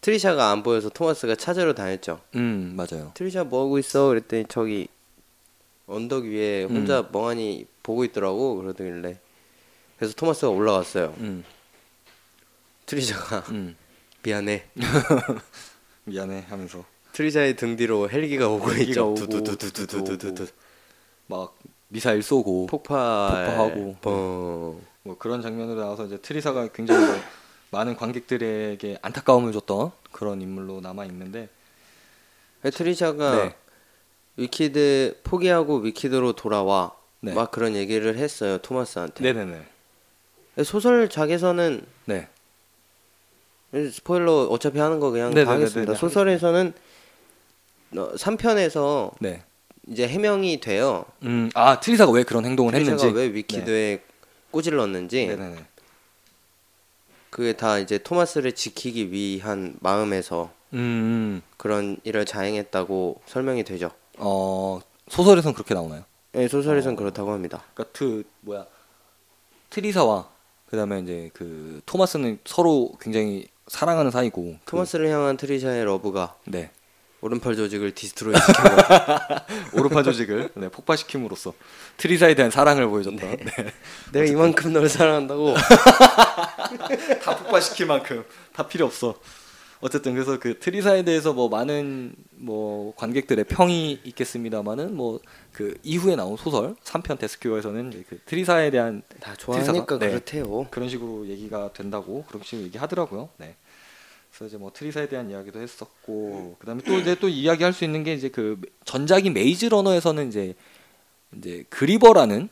[SPEAKER 2] 트리샤가 안 보여서 토마스가 찾으러 다녔죠
[SPEAKER 1] 음, 맞아요.
[SPEAKER 2] 트리샤 뭐하고 있어? 그랬더니 저기 언덕 위에 혼자
[SPEAKER 1] 음.
[SPEAKER 2] 멍하니 보고 있더라고 그러길래 그래서 토마스가 올라왔어요
[SPEAKER 1] 음.
[SPEAKER 2] 트리샤가
[SPEAKER 1] 음.
[SPEAKER 2] 미안해
[SPEAKER 1] 미안해 하면서
[SPEAKER 2] 트리샤의 등 뒤로 헬기가 오고
[SPEAKER 1] 헬기가
[SPEAKER 2] 있죠
[SPEAKER 1] 오고,
[SPEAKER 2] 두두두두두두두두
[SPEAKER 1] 막 미사일 쏘고
[SPEAKER 2] 폭파
[SPEAKER 1] 폭파하고.
[SPEAKER 2] 뻥.
[SPEAKER 1] 뭐 그런 장면으로 나와서 이제 트리사가 굉장히 뭐 많은 관객들에게 안타까움을 줬던 그런 인물로 남아 있는데
[SPEAKER 2] 트리샤가
[SPEAKER 1] 네.
[SPEAKER 2] 위키드 포기하고 위키드로 돌아와
[SPEAKER 1] 네.
[SPEAKER 2] 막 그런 얘기를 했어요 토마스한테
[SPEAKER 1] 네, 네, 네.
[SPEAKER 2] 소설작에서는
[SPEAKER 1] 네.
[SPEAKER 2] 스포일러 어차피 하는 거 그냥
[SPEAKER 1] 네네네네.
[SPEAKER 2] 다 하겠습니다. 소설에서는 3편에서
[SPEAKER 1] 네.
[SPEAKER 2] 이제 해명이 돼요.
[SPEAKER 1] 음, 아, 트리사가 왜 그런 행동을
[SPEAKER 2] 트리샤가
[SPEAKER 1] 했는지.
[SPEAKER 2] 왜 위키드에 꼬질렀는지
[SPEAKER 1] 네, 네, 네.
[SPEAKER 2] 그게 다 이제 토마스를 지키기 위한 마음에서
[SPEAKER 1] 음.
[SPEAKER 2] 그런 일을 자행했다고 설명이 되죠.
[SPEAKER 1] 어, 소설에선 그렇게 나오나요?
[SPEAKER 2] 네, 소설에선 그렇다고 합니다.
[SPEAKER 1] 그러니까 트 뭐야 트리사와 그다음에 이제 그 토마스는 서로 굉장히 사랑하는 사이고 그-
[SPEAKER 2] 토마스를 향한 트리샤의 러브가
[SPEAKER 1] 네
[SPEAKER 2] 오른팔 조직을 디스트로이 시키고
[SPEAKER 1] *laughs* 오르파 조직을 네, 폭파시킴으로써 트리사에 대한 사랑을 보여줬다 네.
[SPEAKER 2] 내가 이만큼 널 사랑한다고
[SPEAKER 1] *laughs* 다 폭파시킬 만큼 다 필요 없어 어쨌든 그래서 그 트리사에 대해서 뭐 많은 뭐 관객들의 평이 있겠습니다만은 뭐 그 이후에 나온 소설 3편 데스큐어에서는 이제 그 트리사에 대한
[SPEAKER 2] 다
[SPEAKER 1] 트리사가?
[SPEAKER 2] 좋아하니까
[SPEAKER 1] 네.
[SPEAKER 2] 그렇대요.
[SPEAKER 1] 그런 식으로 얘기가 된다고 그런 식으로 얘기하더라고요. 네. 그래서 이제 뭐 트리사에 대한 이야기도 했었고 그다음에 또 이제 또 이야기할 수 있는 게 이제 그 전작인 메이즈 러너에서는 이제 이제 그리버라는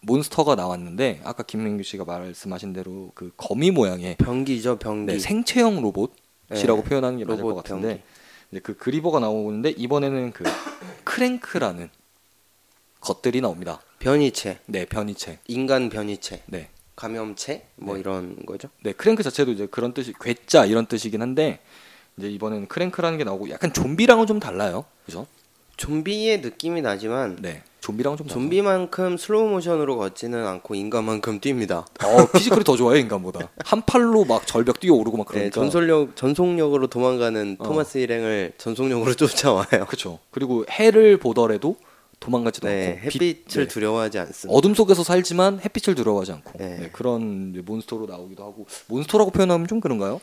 [SPEAKER 1] 몬스터가 나왔는데 아까 김민규 씨가 말씀하신 대로 그 거미 모양의
[SPEAKER 2] 병기죠 병기.
[SPEAKER 1] 네, 생체형 로봇이라고 표현하는 게 맞을 것
[SPEAKER 2] 음. 네. 로봇
[SPEAKER 1] 같은데
[SPEAKER 2] 병기.
[SPEAKER 1] 이제 그 그리버가 나오는데 이번에는 그 크랭크라는 것들이 나옵니다.
[SPEAKER 2] 변이체,
[SPEAKER 1] 네 변이체.
[SPEAKER 2] 인간 변이체,
[SPEAKER 1] 네.
[SPEAKER 2] 감염체 뭐
[SPEAKER 1] 네.
[SPEAKER 2] 이런 거죠.
[SPEAKER 1] 네, 크랭크 자체도 이제 그런 뜻이 괴짜 이런 뜻이긴 한데 이제 이번에는 크랭크라는 게 나오고 약간 좀비랑은 좀 달라요. 그죠?
[SPEAKER 2] 좀비의 느낌이 나지만
[SPEAKER 1] 네. 좀비랑은 좀 달라요.
[SPEAKER 2] 좀비만큼 슬로우 모션으로 걷지는 않고 인간만큼 뜁니다. 네,
[SPEAKER 1] 어, 피지컬이 더 좋아요, 인간보다. 한 팔로 막 절벽 뛰어 오르고 막
[SPEAKER 2] 네,
[SPEAKER 1] 그러니까.
[SPEAKER 2] 전속력 전속력으로 도망가는
[SPEAKER 1] 어.
[SPEAKER 2] 토마스 일행을 전속력으로 *laughs* 쫓아와요.
[SPEAKER 1] 그렇죠. 그리고 해를 보더라도 도망가지도
[SPEAKER 2] 네,
[SPEAKER 1] 않고 빛-
[SPEAKER 2] 햇빛을
[SPEAKER 1] 네.
[SPEAKER 2] 두려워하지 않습니다.
[SPEAKER 1] 어둠 속에서 살지만 햇빛을 두려워하지 않고
[SPEAKER 2] 네.
[SPEAKER 1] 네, 그런 이제 몬스터로 나오기도 하고 몬스터라고 표현하면 좀 그런가요?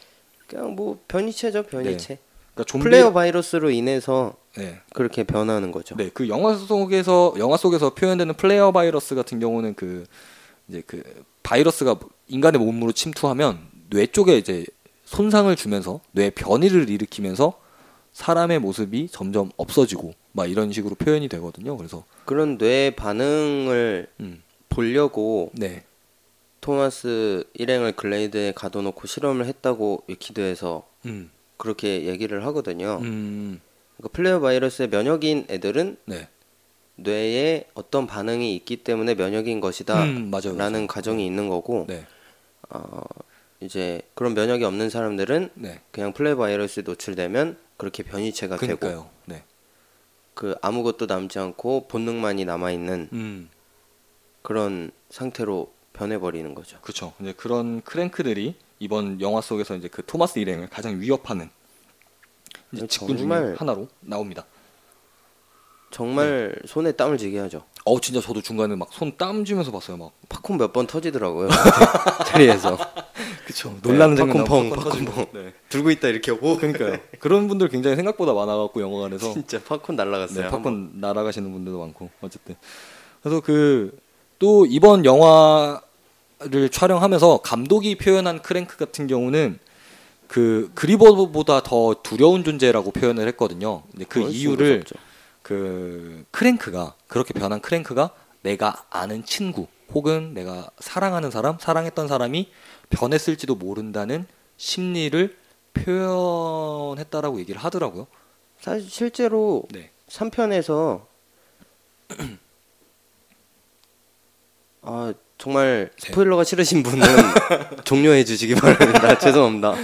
[SPEAKER 2] 그냥 뭐 변이체죠, 변이체.
[SPEAKER 1] 그러니까 좀비
[SPEAKER 2] 플레이어 바이러스로 인해서
[SPEAKER 1] 네.
[SPEAKER 2] 그렇게 변하는 거죠.
[SPEAKER 1] 네, 그 영화 속에서 영화 속에서 표현되는 플레이어 바이러스 같은 경우는 그 이제 그 바이러스가 인간의 몸으로 침투하면 뇌 쪽에 이제 손상을 주면서 뇌 변이를 일으키면서 사람의 모습이 점점 없어지고 막 이런 식으로 표현이 되거든요. 그래서
[SPEAKER 2] 그런 뇌 반응을
[SPEAKER 1] 음.
[SPEAKER 2] 보려고
[SPEAKER 1] 네,
[SPEAKER 2] 토마스 일행을 글레이드에 가둬놓고 실험을 했다고 위키드에서
[SPEAKER 1] 음,
[SPEAKER 2] 그렇게 얘기를 하거든요.
[SPEAKER 1] 음,
[SPEAKER 2] 그러니까 플레이어 바이러스의 면역인 애들은
[SPEAKER 1] 네,
[SPEAKER 2] 뇌에 어떤 반응이 있기 때문에 면역인 것이다라는
[SPEAKER 1] 음, 맞아요.
[SPEAKER 2] 가정이 있는 거고
[SPEAKER 1] 네,
[SPEAKER 2] 어, 이제 그런 면역이 없는 사람들은
[SPEAKER 1] 네,
[SPEAKER 2] 그냥 플레이어 바이러스에 노출되면 그렇게 변이체가 되고
[SPEAKER 1] 그러니까요. 네,
[SPEAKER 2] 그 아무것도 남지 않고 본능만이 남아 있는
[SPEAKER 1] 음,
[SPEAKER 2] 그런 상태로 변해버리는 거죠.
[SPEAKER 1] 그렇죠. 이제 그런 크랭크들이 이번 영화 속에서 이제 그 토마스 일행을 가장 위협하는 이제 직군 중에
[SPEAKER 2] 정말-
[SPEAKER 1] 하나로 나옵니다. 네.
[SPEAKER 2] 정말 손에 땀을 쥐게 하죠.
[SPEAKER 1] 어 진짜 저도 중간에 막 손 땀 주면서 봤어요 막
[SPEAKER 2] 팝콘 몇
[SPEAKER 1] *laughs*
[SPEAKER 2] 번 터지더라고요. 트리에서
[SPEAKER 1] 그쵸
[SPEAKER 2] 놀라는
[SPEAKER 1] 네,
[SPEAKER 2] 장면
[SPEAKER 1] 팝콘
[SPEAKER 2] 나오고
[SPEAKER 1] 펑, 팝콘
[SPEAKER 2] 팝콘 펑.
[SPEAKER 1] 펑. 네.
[SPEAKER 2] 들고 있다 이렇게 오 그러니까요.
[SPEAKER 1] 그런 분들 굉장히 생각보다 많아갖고 영화관에서
[SPEAKER 2] 진짜 팝콘
[SPEAKER 1] 네,
[SPEAKER 2] 날라갔어요.
[SPEAKER 1] 팝콘 날아가시는 분들도 많고 어쨌든 그래서 그 또 이번 영화를 촬영하면서 감독이 표현한 크랭크 같은 경우는 그 그리버보다 더 두려운 존재라고 표현을 했거든요. 근데 그
[SPEAKER 2] 훨씬
[SPEAKER 1] 이유를
[SPEAKER 2] 무섭죠.
[SPEAKER 1] 그 크랭크가 그렇게 변한 크랭크가 내가 아는 친구 혹은 내가 사랑하는 사람 사랑했던 사람이 변했을지도 모른다는 심리를 표현했다라고 얘기를 하더라고요.
[SPEAKER 2] 사실 실제로
[SPEAKER 1] 네.
[SPEAKER 2] 3편에서 *clears throat* 아 정말
[SPEAKER 1] 네.
[SPEAKER 2] 스포일러가 싫으신 분은 *laughs* 종료해 주시기 바랍니다. *laughs* 죄송합니다.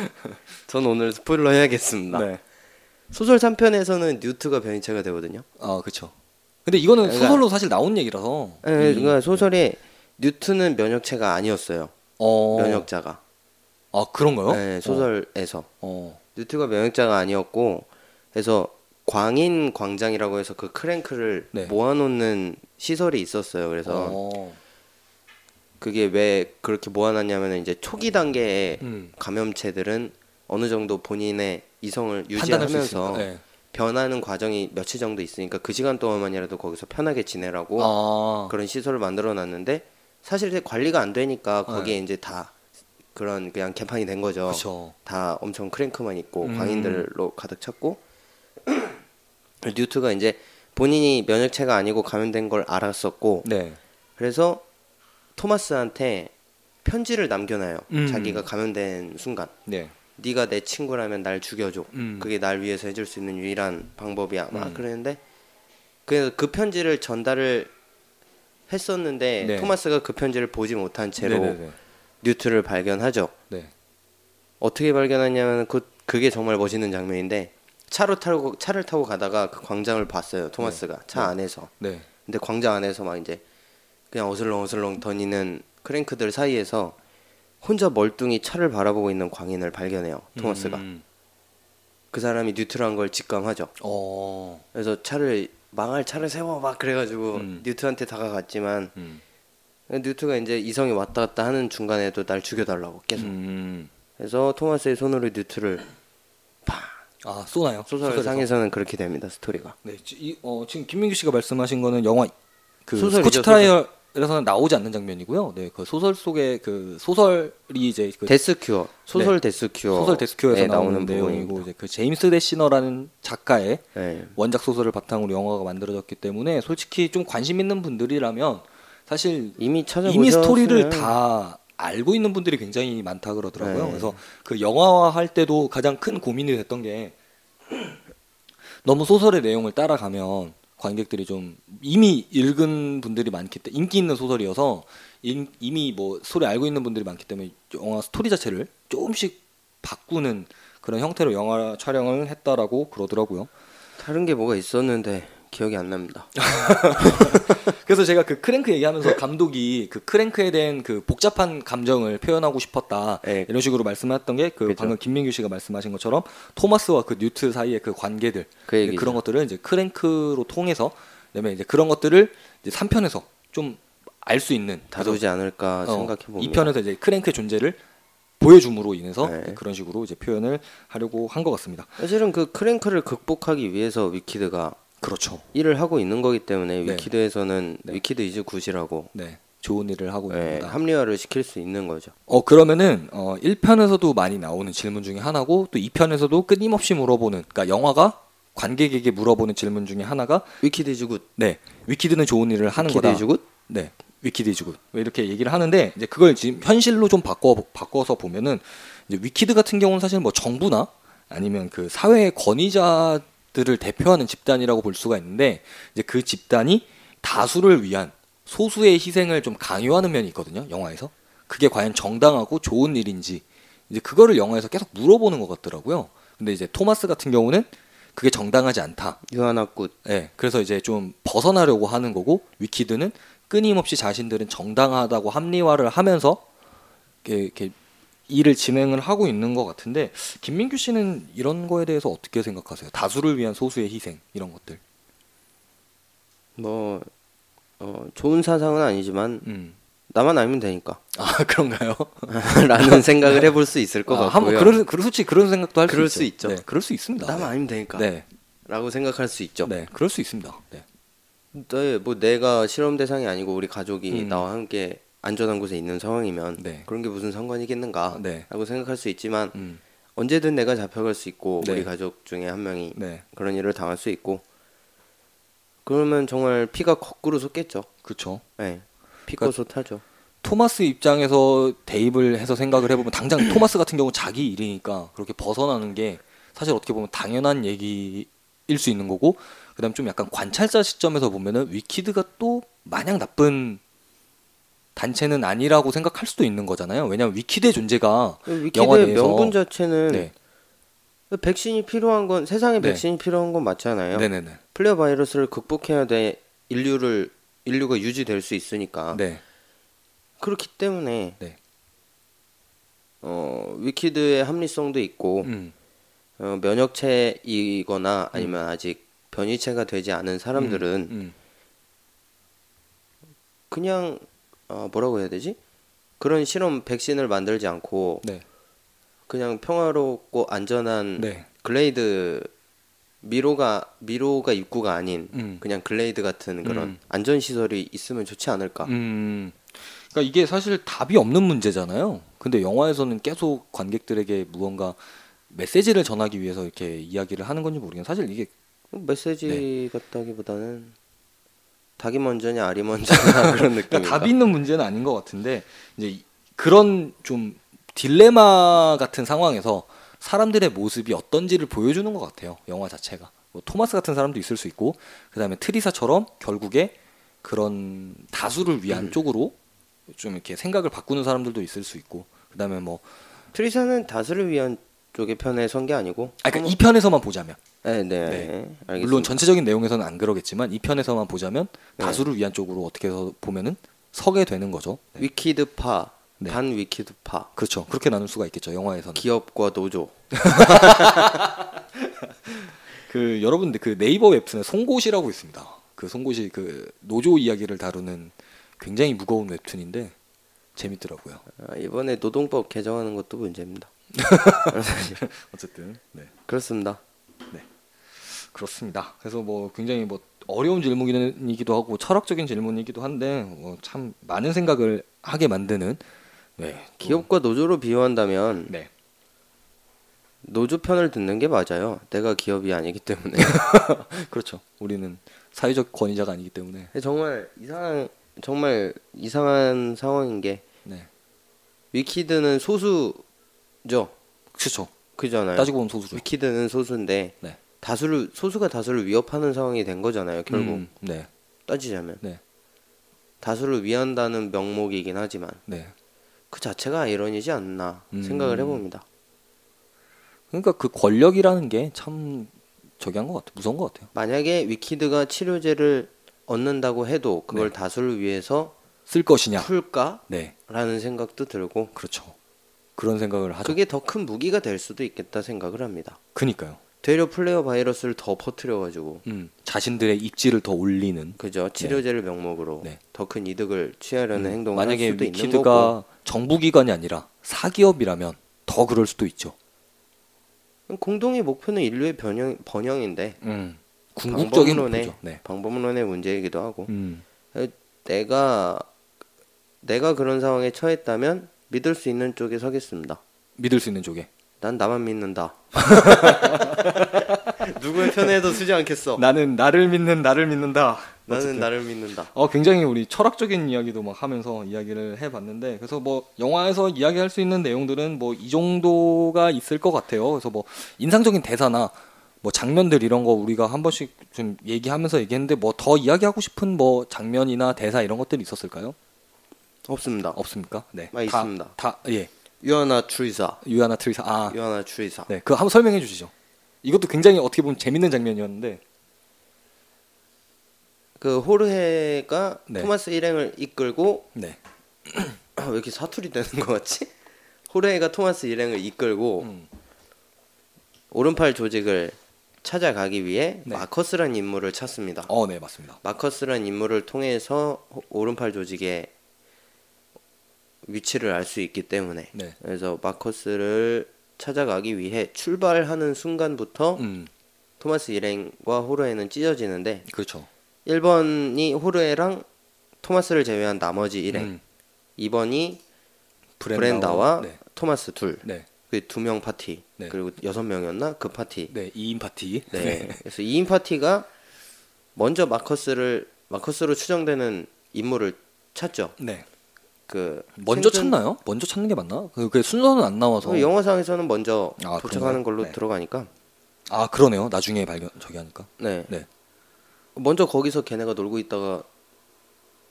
[SPEAKER 2] 전 오늘 스포일러 해야겠습니다.
[SPEAKER 1] 네.
[SPEAKER 2] 소설 3편에서는 뉴트가 변이체가 되거든요.
[SPEAKER 1] 아 그렇죠. 근데 이거는
[SPEAKER 2] 그러니까-
[SPEAKER 1] 소설로 사실 나온 얘기라서. 음.
[SPEAKER 2] 예,
[SPEAKER 1] 이-
[SPEAKER 2] 그러니까 소설에 뉴트는 면역체가 아니었어요.
[SPEAKER 1] 어.
[SPEAKER 2] 면역자가.
[SPEAKER 1] 아 그런가요?
[SPEAKER 2] 예, 소설에서
[SPEAKER 1] 어.
[SPEAKER 2] 뉴트가 면역자가 아니었고 그래서 광인 광장이라고 해서 그 크랭크를
[SPEAKER 1] 네.
[SPEAKER 2] 모아놓는 시설이 있었어요.
[SPEAKER 1] 어.
[SPEAKER 2] 그래서
[SPEAKER 1] 어.
[SPEAKER 2] 그게 왜 그렇게 모아놨냐면 이제 초기 단계에
[SPEAKER 1] 음.
[SPEAKER 2] 감염체들은 어느 정도 본인의 이성을
[SPEAKER 1] 판단할 수 있으니까.
[SPEAKER 2] 유지하면서
[SPEAKER 1] 네.
[SPEAKER 2] 변하는 과정이 며칠 정도 있으니까 그 시간 동안만이라도 거기서 편하게 지내라고
[SPEAKER 1] 아.
[SPEAKER 2] 그런 시설을 만들어 놨는데 사실 이제 관리가 안 되니까 거기에 이제 다 그런 그냥 개판이 된 거죠.
[SPEAKER 1] 네. 그렇죠.
[SPEAKER 2] 다 엄청 크랭크만 있고
[SPEAKER 1] 음.
[SPEAKER 2] 광인들로 가득 찼고 *clears throat* 뉴트가 이제 본인이 면역체가 아니고 감염된 걸 알았었고
[SPEAKER 1] 네.
[SPEAKER 2] 그래서 토마스한테 편지를 남겨놔요.
[SPEAKER 1] 음.
[SPEAKER 2] 자기가 감염된 순간
[SPEAKER 1] 네.
[SPEAKER 2] 네가 내 친구라면 날 죽여줘.
[SPEAKER 1] 음.
[SPEAKER 2] 그게 날 위해서 해줄 수 있는 유일한 방법이야. 막 그랬는데 그래서 그 편지를 전달을 했었는데
[SPEAKER 1] 네.
[SPEAKER 2] 토마스가 그 편지를 보지 못한 채로
[SPEAKER 1] 네네네.
[SPEAKER 2] 뉴트를 발견하죠.
[SPEAKER 1] 네.
[SPEAKER 2] 어떻게 발견하냐면 그 그게 정말 멋있는 장면인데 차로 타고 차를 타고 가다가 그 광장을 봤어요. 토마스가 차 안에서.
[SPEAKER 1] 네.
[SPEAKER 2] 근데 광장 안에서 막 이제 그냥 어슬렁 어슬렁 다니는 크랭크들 사이에서 혼자 멀뚱히 차를 바라보고 있는 광인을 발견해요. 토마스가.
[SPEAKER 1] 음.
[SPEAKER 2] 그 사람이 뉴트란 걸 직감하죠.
[SPEAKER 1] 어.
[SPEAKER 2] 그래서 차를 망할 차를 세워 막 그래가지고
[SPEAKER 1] 음.
[SPEAKER 2] 뉴트한테 다가갔지만
[SPEAKER 1] 음.
[SPEAKER 2] 뉴트가 이제 이성이 왔다 갔다 하는 중간에도 날 죽여달라고 계속
[SPEAKER 1] 음.
[SPEAKER 2] 그래서 토마스의 손으로 뉴트를
[SPEAKER 1] 아 쏘나요?
[SPEAKER 2] 소설
[SPEAKER 1] 소설에서?
[SPEAKER 2] 상에서는 그렇게 됩니다 스토리가
[SPEAKER 1] 네. 지- 이, 어, 지금 김민규 씨가 말씀하신 거는 영화 그
[SPEAKER 2] 소설이죠,
[SPEAKER 1] 스코치 트라이얼 에서는 나오지 않는 장면이고요. 네, 그 소설 속의 그 소설이 이제 그 네.
[SPEAKER 2] 데스큐어 소설 데스큐어
[SPEAKER 1] 소설 데스큐어에서
[SPEAKER 2] 예,
[SPEAKER 1] 나오는,
[SPEAKER 2] 부분입니다.
[SPEAKER 1] 내용이고 이제 그 제임스 데시너라는 작가의
[SPEAKER 2] 예.
[SPEAKER 1] 원작 소설을 바탕으로 영화가 만들어졌기 때문에 솔직히 좀 관심 있는 분들이라면 사실
[SPEAKER 2] 이미 찾아보
[SPEAKER 1] 이미 스토리를 다 알고 있는 분들이 굉장히 많다 그러더라고요.
[SPEAKER 2] 네.
[SPEAKER 1] 그래서 그 영화화 할 때도 가장 큰 고민이 됐던 게 너무 소설의 내용을 따라가면 관객들이 좀 이미 읽은 분들이 많기 때문에 인기 있는 소설이어서 임- 이미 뭐 소리 알고 있는 분들이 많기 때문에 영화 스토리 자체를 조금씩 바꾸는 그런 형태로 영화 촬영을 했다라고
[SPEAKER 2] *laughs*
[SPEAKER 1] 그러더라고요.
[SPEAKER 2] 다른 게 뭐가 있었는데 기억이 안 납니다.
[SPEAKER 1] 아, 그래서 제가 그 크랭크 얘기하면서 감독이 그 크랭크에 대한 그 복잡한 감정을 표현하고 싶었다
[SPEAKER 2] 예.
[SPEAKER 1] 네, 이런 식으로 말씀했던 게 그
[SPEAKER 2] 그죠.
[SPEAKER 1] 방금 김민규 씨가 말씀하신 것처럼 토마스와 그 뉴트 사이의 그 관계들
[SPEAKER 2] 그 얘기죠.
[SPEAKER 1] 런 것들을 이제 크랭크로 통해서 그다음에 이제 그런 것들을 이제 3편에서 좀 알 수 있는
[SPEAKER 2] 다루지 않을까
[SPEAKER 1] 어,
[SPEAKER 2] 생각해 봅니다.
[SPEAKER 1] 이 편에서 이제 크랭크의 존재를 보여줌으로 인해서
[SPEAKER 2] 네.
[SPEAKER 1] 그런 식으로 이제 표현을 하려고 한 것 같습니다.
[SPEAKER 2] 사실은 그 크랭크를 극복하기 위해서 위키드가
[SPEAKER 1] 그렇죠.
[SPEAKER 2] 일을 하고 있는 거기 때문에
[SPEAKER 1] 네.
[SPEAKER 2] 위키드에서는 위키드 이즈 굿이라고
[SPEAKER 1] 네. 좋은 일을 하고
[SPEAKER 2] 예,
[SPEAKER 1] 있습니다.
[SPEAKER 2] 합리화를 시킬 수 있는 거죠.
[SPEAKER 1] 어 그러면은 어 1편에서도 많이 나오는 질문 중에 하나고 또 2편에서도 끊임없이 물어보는 그러니까 영화가 관객에게 물어보는 질문 중에 하나가
[SPEAKER 2] 위키드 이즈 굿,
[SPEAKER 1] 네 위키드는 좋은 일을 하는
[SPEAKER 2] 위키드
[SPEAKER 1] 거다.
[SPEAKER 2] 이즈 굿.
[SPEAKER 1] 네 위키드 이즈 굿 이렇게 얘기를 하는데 이제 그걸 지금 현실로 좀 바꿔 바꿔서 보면은 이제 위키드 같은 경우는 사실 뭐 정부나 아니면 그 사회의 권위자들을 대표하는 집단이라고 볼 수가 있는데 이제 그 집단이 다수를 위한 소수의 희생을 좀 강요하는 면이 있거든요 영화에서 그게 과연 정당하고 좋은 일인지 이제 그거를 영화에서 계속 물어보는 것 같더라고요 근데 이제 토마스 같은 경우는 그게 정당하지 않다
[SPEAKER 2] 유아나 굿.
[SPEAKER 1] 예, 그래서 이제 좀 벗어나려고 하는 거고 위키드는 끊임없이 자신들은 정당하다고 합리화를 하면서 이렇게, 이렇게 일을 진행을 하고 있는 것 같은데 김민규 씨는 이런 거에 대해서 어떻게 생각하세요? 다수를 위한 소수의 희생 이런 것들.
[SPEAKER 2] 뭐 어, 좋은 사상은 아니지만
[SPEAKER 1] 음.
[SPEAKER 2] 나만 알면 되니까 *laughs*
[SPEAKER 1] 아 *laughs* 그런가요? *laughs*
[SPEAKER 2] 라는 생각을 해볼 수 있을 것
[SPEAKER 1] 아,
[SPEAKER 2] 같고요.
[SPEAKER 1] 한번 그런 그런 솔직히 그런 생각도 할 수
[SPEAKER 2] 그럴 수 있죠.
[SPEAKER 1] 네, 그럴 수 있습니다.
[SPEAKER 2] 나만 알면 되니까
[SPEAKER 1] 네,
[SPEAKER 2] 라고 생각할 수 있죠.
[SPEAKER 1] 네, 그럴 수 있습니다. 네,
[SPEAKER 2] 네, 뭐 내가 실험 대상이 아니고 우리 가족이
[SPEAKER 1] 음.
[SPEAKER 2] 나와 함께 안전한 곳에 있는 상황이면
[SPEAKER 1] 네.
[SPEAKER 2] 그런 게 무슨 상관이겠는가라고
[SPEAKER 1] 네.
[SPEAKER 2] 생각할 수 있지만
[SPEAKER 1] 음,
[SPEAKER 2] 언제든 내가 잡혀갈 수 있고
[SPEAKER 1] 네.
[SPEAKER 2] 우리 가족 중에 한 명이
[SPEAKER 1] 네,
[SPEAKER 2] 그런 일을 당할 수 있고 그러면 정말 피가 거꾸로 솟겠죠.
[SPEAKER 1] 그렇죠.
[SPEAKER 2] 네.
[SPEAKER 1] 그러니까
[SPEAKER 2] 피고솟하죠.
[SPEAKER 1] 토마스 입장에서 대입을 해서 생각을 해보면 당장 토마스 같은 경우 자기 일이니까 그렇게 벗어나는 게 사실 어떻게 보면 당연한 얘기일 수 있는 거고 그다음 좀 약간 관찰자 시점에서 보면은 위키드가 또 마냥 나쁜 단체는 아니라고 생각할 수도 있는 거잖아요. 왜냐하면 위키드의 존재가 그 영화
[SPEAKER 2] 위키드의
[SPEAKER 1] 내에서
[SPEAKER 2] 명분 자체는 그
[SPEAKER 1] 네,
[SPEAKER 2] 백신이 필요한 건 세상에
[SPEAKER 1] 네.
[SPEAKER 2] 백신이 필요한 건 맞잖아요.
[SPEAKER 1] 네네네,
[SPEAKER 2] 플레어 바이러스를 극복해야 돼 인류를 인류가 유지될 수 있으니까
[SPEAKER 1] 네,
[SPEAKER 2] 그렇기 때문에
[SPEAKER 1] 네,
[SPEAKER 2] 어, 위키드의 합리성도 있고
[SPEAKER 1] 음,
[SPEAKER 2] 어, 면역체이거나 아니면 아직 변이체가 되지 않은 사람들은
[SPEAKER 1] 음,
[SPEAKER 2] 그냥 어, 뭐라고 해야 되지? 그런 실험 백신을 만들지 않고
[SPEAKER 1] 네,
[SPEAKER 2] 그냥 평화롭고 안전한
[SPEAKER 1] 네,
[SPEAKER 2] 글레이드 미로가 미로가 입구가 아닌
[SPEAKER 1] 음.
[SPEAKER 2] 그냥 글레이드 같은 그런
[SPEAKER 1] 음.
[SPEAKER 2] 안전 시설이 있으면 좋지 않을까?
[SPEAKER 1] 음. 그러니까 이게 사실 답이 없는 문제잖아요. 근데 영화에서는 계속 관객들에게 무언가 메시지를 전하기 위해서 이렇게 이야기를 하는 건지 모르겠는데 사실 이게
[SPEAKER 2] 뭐 메시지
[SPEAKER 1] 네.
[SPEAKER 2] 같다기보다는 닭이 먼저냐 알이 먼저냐 *laughs* 그런 느낌.
[SPEAKER 1] 그러니까 답이 있는 문제는 아닌 것 같은데 이제 이- 그런 좀 딜레마 같은 상황에서 사람들의 모습이 어떤지를 보여주는 것 같아요. 영화 자체가 뭐 토마스 같은 사람도 있을 수 있고 그다음에 트리사처럼 결국에 그런 다수를 위한 쪽으로 좀 이렇게 생각을 바꾸는 사람들도 있을 수 있고 그다음에 뭐
[SPEAKER 2] 트리사는 다수를 위한 쪽의 편에 선 게 아니고.
[SPEAKER 1] 아, 그러니까 이 편에서만 보자면
[SPEAKER 2] 네, 네,
[SPEAKER 1] 네.
[SPEAKER 2] 알겠습니다. 네.
[SPEAKER 1] 물론 전체적인 내용에서는 안 그러겠지만 이 편에서만 보자면 다수를 위한 쪽으로 어떻게 해서 보면은 서게 되는 거죠.
[SPEAKER 2] 위키드파,
[SPEAKER 1] 네.
[SPEAKER 2] 반 위키드파,
[SPEAKER 1] 그렇죠. 그렇게 나눌 수가 있겠죠. 영화에서는.
[SPEAKER 2] 기업과 노조.
[SPEAKER 1] 그 여러분들 그 네이버 웹툰에 송곳이라고 있습니다. 그 송곳이 그 노조 이야기를 다루는 굉장히 무거운 웹툰인데 재밌더라고요.
[SPEAKER 2] 아, 이번에 노동법 개정하는 것도 문제입니다.
[SPEAKER 1] 어쨌든 네.
[SPEAKER 2] 그렇습니다.
[SPEAKER 1] 그렇습니다. 그래서 뭐 굉장히 뭐 어려운 질문이기도 하고 철학적인 질문이기도 한데 뭐 참 많은 생각을 하게 만드는 네.
[SPEAKER 2] 기업과 노조로 비유한다면
[SPEAKER 1] 네.
[SPEAKER 2] 노조 편을 듣는 게 맞아요. 내가 기업이 아니기 때문에
[SPEAKER 1] *laughs* 그렇죠. 우리는 사회적 권위자가 아니기 때문에
[SPEAKER 2] 정말 이상한 정말 이상한 상황인 게
[SPEAKER 1] 네.
[SPEAKER 2] 위키드는 소수죠,
[SPEAKER 1] 그렇죠.
[SPEAKER 2] 그잖아요.
[SPEAKER 1] 따지고 보면 소수죠.
[SPEAKER 2] 위키드는 소수인데
[SPEAKER 1] 네.
[SPEAKER 2] 다수를 소수가 다수를 위협하는 상황이 된 거잖아요. 결국
[SPEAKER 1] 음, 네.
[SPEAKER 2] 따지자면
[SPEAKER 1] 네.
[SPEAKER 2] 다수를 위한다는 명목이긴 하지만
[SPEAKER 1] 네.
[SPEAKER 2] 그 자체가 아이러니지 않나
[SPEAKER 1] 음.
[SPEAKER 2] 생각을 해봅니다.
[SPEAKER 1] 그러니까 그 권력이라는 게 참 저기 한 것 같아. 무서운 것 같아요.
[SPEAKER 2] 만약에 위키드가 치료제를 얻는다고 해도
[SPEAKER 1] 네.
[SPEAKER 2] 그걸 다수를 위해서
[SPEAKER 1] 쓸 것이냐.
[SPEAKER 2] 풀까라는
[SPEAKER 1] 네.
[SPEAKER 2] 생각도 들고
[SPEAKER 1] 그렇죠. 그런 생각을 하죠.
[SPEAKER 2] 그게 더 큰 무기가 될 수도 있겠다 생각을 합니다.
[SPEAKER 1] 그니까요.
[SPEAKER 2] 되려 플레이어 바이러스를 더 퍼뜨려가지고
[SPEAKER 1] 음. 자신들의 입지를 더 올리는
[SPEAKER 2] 그죠 치료제를 명목으로
[SPEAKER 1] 네.
[SPEAKER 2] 더 큰 이득을 취하려는
[SPEAKER 1] 음.
[SPEAKER 2] 행동을
[SPEAKER 1] 만약에
[SPEAKER 2] 할 수도 있는 거고
[SPEAKER 1] 위키드가 정부 기관이 아니라 사기업이라면 더 그럴 수도 있죠.
[SPEAKER 2] 공동의 목표는 인류의 변형, 번영인데
[SPEAKER 1] 음. 궁극적인
[SPEAKER 2] 방법론에-
[SPEAKER 1] 목표죠. 네.
[SPEAKER 2] 방법론의 문제이기도 하고
[SPEAKER 1] 음.
[SPEAKER 2] 내가 내가 그런 상황에 처했다면 믿을 수 있는 쪽에 서겠습니다.
[SPEAKER 1] 믿을 수 있는 쪽에.
[SPEAKER 2] 난 나만 믿는다. *laughs* 누구의 편에도 쓰지 않겠어.
[SPEAKER 1] 나는 나를 믿는 나를 믿는다.
[SPEAKER 2] 나는 나를 믿는다.
[SPEAKER 1] 어, 굉장히 우리 철학적인 이야기도 막 하면서 이야기를 해봤는데, 그래서 뭐, 영화에서 이야기할 수 있는 내용들은 뭐, 이 정도가 있을 것 같아요. 그래서 뭐, 인상적인 대사나, 뭐, 장면들 이런 거 우리가 한 번씩 좀 얘기하면서 얘기했는데, 뭐, 더 이야기하고 싶은 뭐, 장면이나 대사 이런 것들이 있었을까요?
[SPEAKER 2] 없습니다.
[SPEAKER 1] 없습니까? 네.
[SPEAKER 2] 아,
[SPEAKER 1] 다-
[SPEAKER 2] 있습니다. 예.
[SPEAKER 1] 다, 예.
[SPEAKER 2] 유아나 추리사.
[SPEAKER 1] 유아나 트리사, 아.
[SPEAKER 2] 유아나 추리사.
[SPEAKER 1] 네. 그거 한번 설명해 주시죠. 이것도 굉장히 어떻게 보면 재밌는 장면이었는데,
[SPEAKER 2] 그 호르헤가
[SPEAKER 1] 네.
[SPEAKER 2] 토마스 일행을 이끌고 *clears throat*
[SPEAKER 1] 네.
[SPEAKER 2] 왜 이렇게 사투리 되는 거 같지? 호르헤가 토마스 일행을 이끌고
[SPEAKER 1] 음.
[SPEAKER 2] 오른팔 조직을 찾아가기 위해
[SPEAKER 1] 네.
[SPEAKER 2] 마커스란 인물을 찾습니다.
[SPEAKER 1] 어, 네, 맞습니다.
[SPEAKER 2] 마커스란 인물을 통해서 호- 오른팔 조직의 위치를 알 수 있기 때문에
[SPEAKER 1] 네.
[SPEAKER 2] 그래서 마커스를 찾아가기 위해 출발하는 순간부터
[SPEAKER 1] 음,
[SPEAKER 2] 토마스 일행과 호르헤는 찢어지는데
[SPEAKER 1] 그렇죠.
[SPEAKER 2] 1번이 호르헤랑 토마스를 제외한 나머지 일행
[SPEAKER 1] 음,
[SPEAKER 2] 2번이
[SPEAKER 1] 브렌다와-
[SPEAKER 2] 브렌다와
[SPEAKER 1] 네.
[SPEAKER 2] 토마스 둘
[SPEAKER 1] 네.
[SPEAKER 2] 그 두 명 파티
[SPEAKER 1] 네.
[SPEAKER 2] 그리고 여섯 명이었나 그 파티
[SPEAKER 1] 네, 2인 파티.
[SPEAKER 2] 네. 그래서 2인 파티가 먼저 마커스를 마커스로 추정되는 인물을 찾죠.
[SPEAKER 1] 네.
[SPEAKER 2] 그
[SPEAKER 1] 먼저
[SPEAKER 2] 생존-
[SPEAKER 1] 찾나요? 먼저 찾는 게 맞나? 그, 그 순서는 안 나와서.
[SPEAKER 2] 그 영화상에서는 먼저
[SPEAKER 1] 아, 그런가요?
[SPEAKER 2] 도착하는 걸로
[SPEAKER 1] 네.
[SPEAKER 2] 들어가니까.
[SPEAKER 1] 아, 그러네요. 나중에 발견 저기 하니까.
[SPEAKER 2] 네.
[SPEAKER 1] 네.
[SPEAKER 2] 먼저 거기서 걔네가 놀고 있다가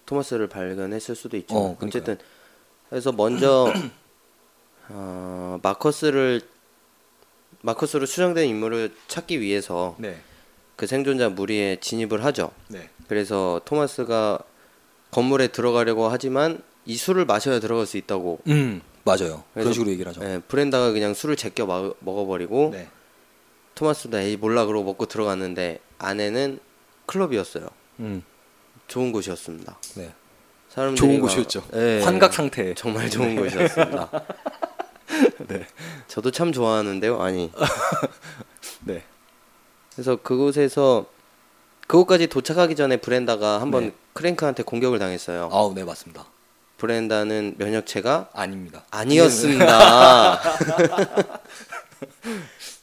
[SPEAKER 2] 토마스를 발견했을 수도 있죠.
[SPEAKER 1] 어,
[SPEAKER 2] 어,
[SPEAKER 1] 그러니까요.
[SPEAKER 2] 어쨌든
[SPEAKER 1] *clears throat*
[SPEAKER 2] 그래서 먼저 어, 마커스를 마커스로 추정된 인물을 찾기 위해서
[SPEAKER 1] 네.
[SPEAKER 2] 그 생존자 무리에 진입을 하죠.
[SPEAKER 1] 네.
[SPEAKER 2] 그래서 토마스가 건물에 들어가려고 하지만 이 술을 마셔야 들어갈 수 있다고
[SPEAKER 1] 음, 맞아요. 그런
[SPEAKER 2] 그래서-
[SPEAKER 1] 식으로 얘기를 하죠.
[SPEAKER 2] 예, 브렌다가 그냥 술을 제껴 마- 먹어버리고
[SPEAKER 1] 네.
[SPEAKER 2] 토마스도 에이 몰라 그러고 먹고 들어갔는데 안에는 클럽이었어요.
[SPEAKER 1] 음.
[SPEAKER 2] 좋은 곳이었습니다.
[SPEAKER 1] 네.
[SPEAKER 2] 사람들이
[SPEAKER 1] 좋은
[SPEAKER 2] 막-
[SPEAKER 1] 곳이었죠.
[SPEAKER 2] 예,
[SPEAKER 1] 환각 상태.
[SPEAKER 2] 정말
[SPEAKER 1] *laughs*
[SPEAKER 2] 좋은 곳이었습니다.
[SPEAKER 1] *laughs* 네.
[SPEAKER 2] 저도 참 좋아하는데요. 아니
[SPEAKER 1] 네.
[SPEAKER 2] 그래서 그곳에서 그곳까지 도착하기 전에 브렌다가
[SPEAKER 1] 네.
[SPEAKER 2] 한번 크랭크한테 공격을 당했어요.
[SPEAKER 1] 아우, 네, 맞습니다.
[SPEAKER 2] 브렌다는 면역체가
[SPEAKER 1] 아닙니다.
[SPEAKER 2] *laughs* 아니었습니다.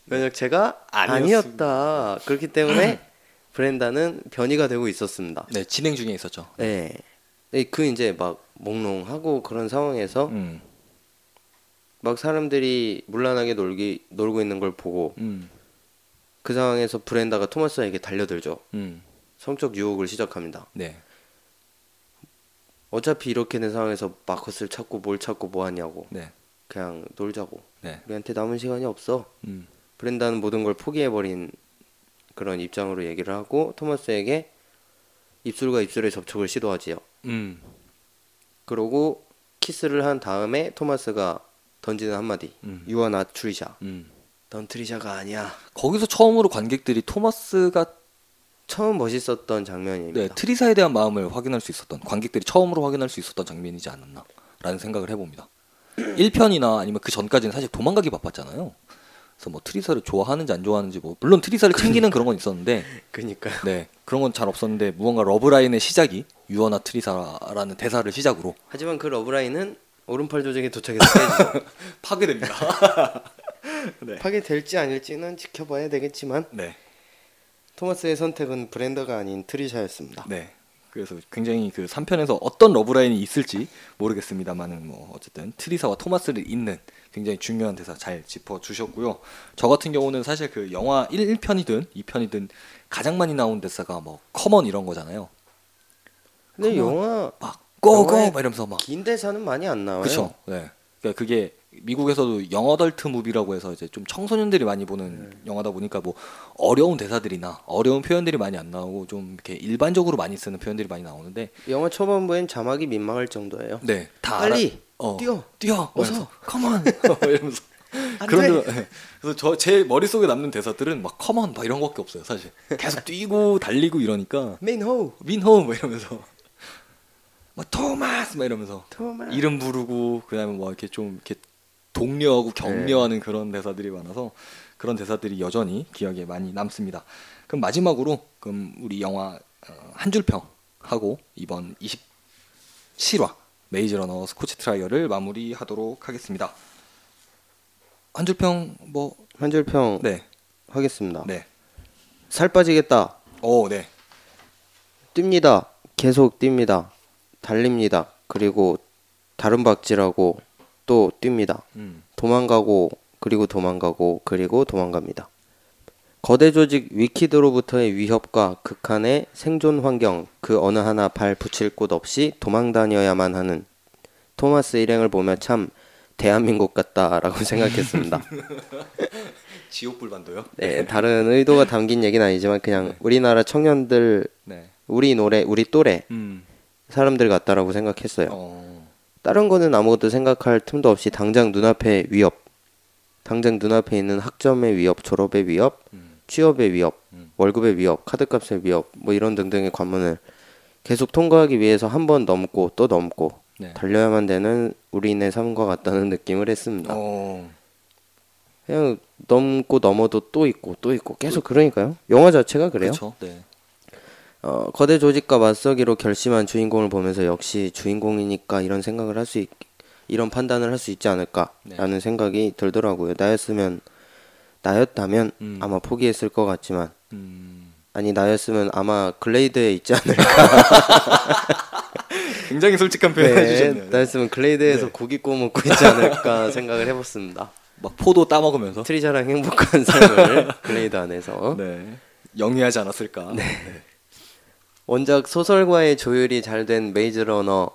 [SPEAKER 2] 면역 제가 아니었다. 그렇기 때문에 브렌다는 변이가 되고 있었습니다.
[SPEAKER 1] 네, 진행 중에 있었죠.
[SPEAKER 2] 네. 네, 그 이제 막 몽롱하고 그런 상황에서
[SPEAKER 1] 음.
[SPEAKER 2] 막 사람들이 물란하게 놀기 놀고 있는 걸 보고
[SPEAKER 1] 음.
[SPEAKER 2] 그 상황에서 브렌다가 토마스에게 달려들죠.
[SPEAKER 1] 음.
[SPEAKER 2] 성적 유혹을 시작합니다.
[SPEAKER 1] 네.
[SPEAKER 2] 어차피 이렇게 된 상황에서 마커스를 찾고 뭘 찾고 뭐 하냐고.
[SPEAKER 1] 네.
[SPEAKER 2] 그냥 놀자고.
[SPEAKER 1] 네.
[SPEAKER 2] 우리한테 남은 시간이 없어.
[SPEAKER 1] 음.
[SPEAKER 2] 브렌다는 모든 걸 포기해버린 그런 입장으로 얘기를 하고 토마스에게 입술과 입술의 접촉을 시도하지요.
[SPEAKER 1] 음.
[SPEAKER 2] 그러고 키스를 한 다음에 토마스가 던지는 한마디
[SPEAKER 1] 음.
[SPEAKER 2] You are not Trisha
[SPEAKER 1] 음.
[SPEAKER 2] 넌 트리샤가 아니야
[SPEAKER 1] 거기서 처음으로 관객들이 토마스가
[SPEAKER 2] 처음 멋있었던
[SPEAKER 1] 네,
[SPEAKER 2] 장면입니다
[SPEAKER 1] 트리사에 대한 마음을 확인할 수 있었던 관객들이 처음으로 확인할 수 있었던 장면이지 *clears throat* 않았나라는 생각을 해봅니다. 1편이나 아니면 그 전까지는 사실 도망가기 바빴잖아요. 그래서 뭐 트리사를 좋아하는지 안 좋아하는지 뭐 물론 트리사를 챙기는 그런 건 있었는데
[SPEAKER 2] 그니까
[SPEAKER 1] 네 그런 건 잘 없었는데 무언가 러브라인의 시작이 유언아 트리사라는 대사를 시작으로
[SPEAKER 2] 하지만 그 러브라인은 오른팔 조직에 도착해서 *laughs* 깨지죠.
[SPEAKER 1] 파괴됩니다. 네.
[SPEAKER 2] 파괴될지 아닐지는 지켜봐야 되겠지만
[SPEAKER 1] *laughs* 네.
[SPEAKER 2] 토마스의 선택은 브랜더가 아닌 트리샤였습니다.
[SPEAKER 1] 네. 그래서 굉장히 그 3편에서 어떤 러브라인이 있을지 모르겠습니다만은 뭐 어쨌든 트리사와 토마스를 잇는 굉장히 중요한 대사 잘 짚어 주셨고요. 저 같은 경우는 사실 그 영화 1편이든 2편이든 가장 많이 나온 대사가 뭐 커먼 이런 거잖아요.
[SPEAKER 2] 근데
[SPEAKER 1] 그만.
[SPEAKER 2] 영화
[SPEAKER 1] 막 고고
[SPEAKER 2] 영화에
[SPEAKER 1] 막 이러면서 막
[SPEAKER 2] 긴 대사는 많이 안 나와요.
[SPEAKER 1] 그렇죠. 네. 그러니까 그게 미국에서도 영어덜트 무비라고 해서 이제 좀 청소년들이 많이 보는 영화다 보니까 뭐 어려운 대사들이나 어려운 표현들이 많이 안 나오고 좀 이렇게 일반적으로 많이 쓰는 표현들이 많이 나오는데
[SPEAKER 2] 영화 초반부엔 자막이 민망할 정도예요.
[SPEAKER 1] 네, 다
[SPEAKER 2] 빨리
[SPEAKER 1] 알아- 어.
[SPEAKER 2] 뛰어.
[SPEAKER 1] 뛰어
[SPEAKER 2] 어서.
[SPEAKER 1] 컴온 *laughs* 이러면서
[SPEAKER 2] 안
[SPEAKER 1] 그런 데- 예. 그래서 저 제 머릿속에 남는 대사들은 막 컴온 막 이런 거밖에 없어요 사실 계속 뛰고 달리고 이러니까
[SPEAKER 2] 메인 호우
[SPEAKER 1] 민호 막 이러면서 *laughs* 막 토마스 막 이러면서
[SPEAKER 2] 토마
[SPEAKER 1] 이름 부르고 그다음에 뭐 이렇게 좀 이렇게 독려하고 격려하는 그런 대사들이 많아서 그런 대사들이 여전히 기억에 많이 남습니다. 그럼 마지막으로 그럼 우리 영화 어, 한 줄평 하고 이번 27화 메이즈 러너 스코치 트라이얼을 마무리하도록 하겠습니다. 한 줄평 뭐
[SPEAKER 2] 한줄평
[SPEAKER 1] 네.
[SPEAKER 2] 하겠습니다.
[SPEAKER 1] 네.
[SPEAKER 2] 살 빠지겠다.
[SPEAKER 1] 오, 네.
[SPEAKER 2] 뜁니다. 계속 뜁니다. 달립니다. 그리고 다른 박질하고 또 뜁니다.
[SPEAKER 1] 음.
[SPEAKER 2] 도망가고 그리고 도망가고 그리고 도망갑니다. 거대 조직 위키드로부터의 위협과 극한의 생존 환경 그 어느 하나 발 붙일 곳 없이 도망 다녀야만 하는 토마스 일행을 보며 참 대한민국 같다라고 *laughs* 생각했습니다.
[SPEAKER 1] 지옥불 반도요?
[SPEAKER 2] 네, 다른 의도가 담긴 얘기는 아니지만 그냥 우리나라 청년들
[SPEAKER 1] 네.
[SPEAKER 2] 우리 노래 우리 또래
[SPEAKER 1] 음.
[SPEAKER 2] 사람들 같다라고 생각했어요.
[SPEAKER 1] 어.
[SPEAKER 2] 다른 거는 아무것도 생각할 틈도 없이 당장 눈앞에 위협, 당장 눈앞에 있는 학점의 위협, 졸업의 위협,
[SPEAKER 1] 음.
[SPEAKER 2] 취업의 위협,
[SPEAKER 1] 음.
[SPEAKER 2] 월급의 위협, 카드값의 위협, 뭐 이런 등등의 관문을 계속 통과하기 위해서 한 번 넘고 또 넘고
[SPEAKER 1] 네.
[SPEAKER 2] 달려야만 되는 우리네 삶과 같다는 느낌을 했습니다.
[SPEAKER 1] 어.
[SPEAKER 2] 그냥 넘고 넘어도 또 있고 또 있고 계속 그러니까요. 영화 자체가 그래요.
[SPEAKER 1] 그렇죠. 네.
[SPEAKER 2] 어, 거대 조직과 맞서기로 결심한 주인공을 보면서 역시 주인공이니까 이런 생각을 할 수 이런 판단을 할 수 있지
[SPEAKER 1] 네.
[SPEAKER 2] 않을까라는 생각이 들더라고요. 나였으면 나였다면
[SPEAKER 1] 음.
[SPEAKER 2] 아마 포기했을 것 같지만
[SPEAKER 1] 음.
[SPEAKER 2] 아니 나였으면 아마 글레이드에 있지
[SPEAKER 1] *laughs*
[SPEAKER 2] 않을까.
[SPEAKER 1] 굉장히 솔직한 표현 해
[SPEAKER 2] 네,
[SPEAKER 1] 주셨네요.
[SPEAKER 2] 나였으면 글레이드에서 고기 구워 먹고
[SPEAKER 1] *laughs*
[SPEAKER 2] 있지 않을까 생각을 해봤습니다.
[SPEAKER 1] 막 포도 따먹으면서
[SPEAKER 2] 트리자랑
[SPEAKER 1] *laughs*
[SPEAKER 2] 행복한 삶을 글레이드 안에서
[SPEAKER 1] 어? 네 영위하지 않았을까 네.
[SPEAKER 2] 원작 소설과의 조율이 잘 된 메이즈 러너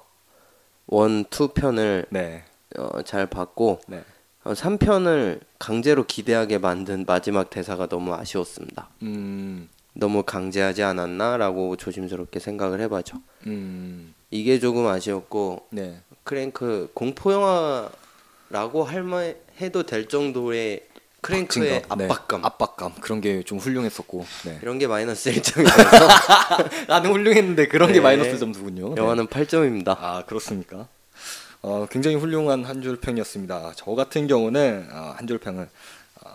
[SPEAKER 2] 원, 투 편을
[SPEAKER 1] 네.
[SPEAKER 2] 어, 잘 봤고
[SPEAKER 1] 네.
[SPEAKER 2] 어, 3편을 강제로 기대하게 만든 마지막 대사가 너무 아쉬웠습니다.
[SPEAKER 1] 음,
[SPEAKER 2] 너무 강제하지 않았나라고 조심스럽게 생각을 해봐죠.
[SPEAKER 1] 음,
[SPEAKER 2] 이게 조금 아쉬웠고
[SPEAKER 1] 네.
[SPEAKER 2] 크랭크 공포 영화라고 할만 해도 될 정도의 크랭크의
[SPEAKER 1] 박진감, 네.
[SPEAKER 2] 압박감
[SPEAKER 1] 압박감 그런 게 좀 훌륭했었고, 네.
[SPEAKER 2] 이런 게 마이너스
[SPEAKER 1] *laughs*
[SPEAKER 2] 1점이라서
[SPEAKER 1] 나는 훌륭했는데 그런 게
[SPEAKER 2] 네.
[SPEAKER 1] 마이너스 점수군요. 네.
[SPEAKER 2] 영화는 8점입니다.
[SPEAKER 1] 아 그렇습니까? 어, 굉장히 훌륭한 한 줄평이었습니다. 저 같은 경우는 어, 한 줄평은 어,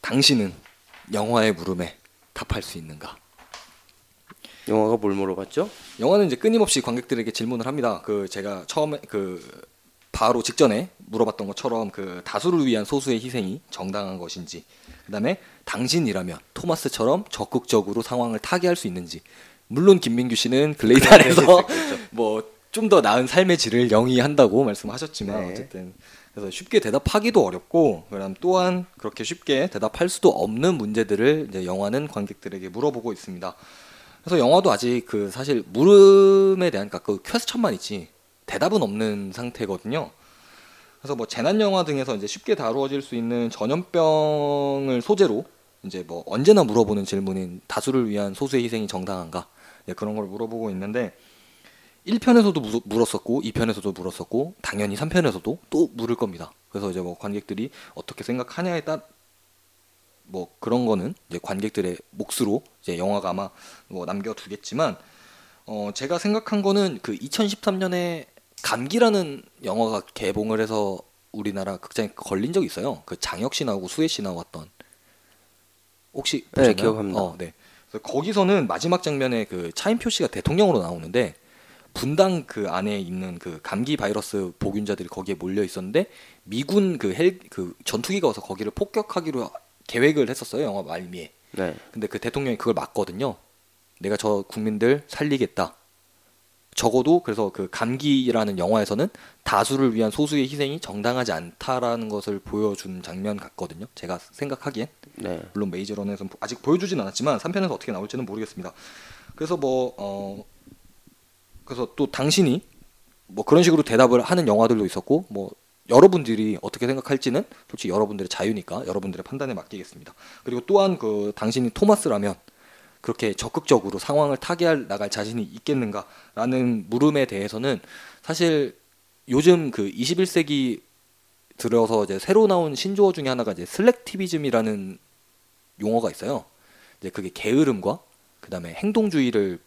[SPEAKER 1] 당신은 영화의 물음에 답할 수 있는가?
[SPEAKER 2] 영화가 뭘 물어봤죠?
[SPEAKER 1] 영화는 이제 끊임없이 관객들에게 질문을 합니다. 그 제가 처음에 그 바로 직전에 물어봤던 것처럼 그 다수를 위한 소수의 희생이 정당한 것인지, 그다음에 당신이라면 토마스처럼 적극적으로 상황을 타개할 수 있는지. 물론 김민규 씨는 글레이드 안에서 뭐 좀 더 나은 삶의 질을 영위한다고 말씀하셨지만
[SPEAKER 2] 네.
[SPEAKER 1] 어쨌든 그래서 쉽게 대답하기도 어렵고 그다음 또한 그렇게 쉽게 대답할 수도 없는 문제들을 이제 영화는 관객들에게 물어보고 있습니다. 그래서 영화도 아직 그 사실 물음에 대한 그러니까 그 퀘스천만 있지 대답은 없는 상태거든요. 그래서 뭐 재난 영화 등에서 이제 쉽게 다루어질 수 있는 전염병을 소재로 이제 뭐 언제나 물어보는 질문인 다수를 위한 소수의 희생이 정당한가 예, 그런 걸 물어보고 있는데 1편에서도 물었었고 2편에서도 물었었고 당연히 3편에서도 또 물을 겁니다. 그래서 이제 뭐 관객들이 어떻게 생각하냐에 따라 뭐 그런 거는 이제 관객들의 몫으로 이제 영화가 아마 뭐 남겨두겠지만 어 제가 생각한 거는 그 2013년에 감기라는 영화가 개봉을 해서 우리나라 극장에 걸린 적이 있어요. 그 장혁 씨 나오고 수혜 씨 나왔던 혹시
[SPEAKER 2] 네,
[SPEAKER 1] 보셨나요?
[SPEAKER 2] 기억합니다.
[SPEAKER 1] 어, 네. 그래서 거기서는 마지막 장면에 그 차인표 씨가 대통령으로 나오는데 분당 그 안에 있는 그 감기 바이러스 보균자들이 거기에 몰려 있었는데 미군 그 헬 그 전투기가 와서 거기를 폭격하기로 계획을 했었어요. 영화 말미에.
[SPEAKER 2] 네.
[SPEAKER 1] 근데 그 대통령이 그걸 막거든요. 내가 저 국민들 살리겠다. 적어도 그래서 그 감기라는 영화에서는 다수를 위한 소수의 희생이 정당하지 않다라는 것을 보여준 장면 같거든요. 제가 생각하기엔
[SPEAKER 2] 네.
[SPEAKER 1] 물론 메이저런에서는 아직 보여주진 않았지만 3편에서 어떻게 나올지는 모르겠습니다. 그래서 뭐 어, 그래서 또 당신이 뭐 그런 식으로 대답을 하는 영화들도 있었고 뭐 여러분들이 어떻게 생각할지는 솔직히 여러분들의 자유니까 여러분들의 판단에 맡기겠습니다. 그리고 또한 그 당신이 토마스라면 그렇게 적극적으로 상황을 타개할 나갈 자신이 있겠는가라는 물음에 대해서는 사실 요즘 그 21세기 들어서 이제 새로 나온 신조어 중에 하나가 이제 슬랙티비즘이라는 용어가 있어요. 이제 그게 게으름과 그다음에 행동주의를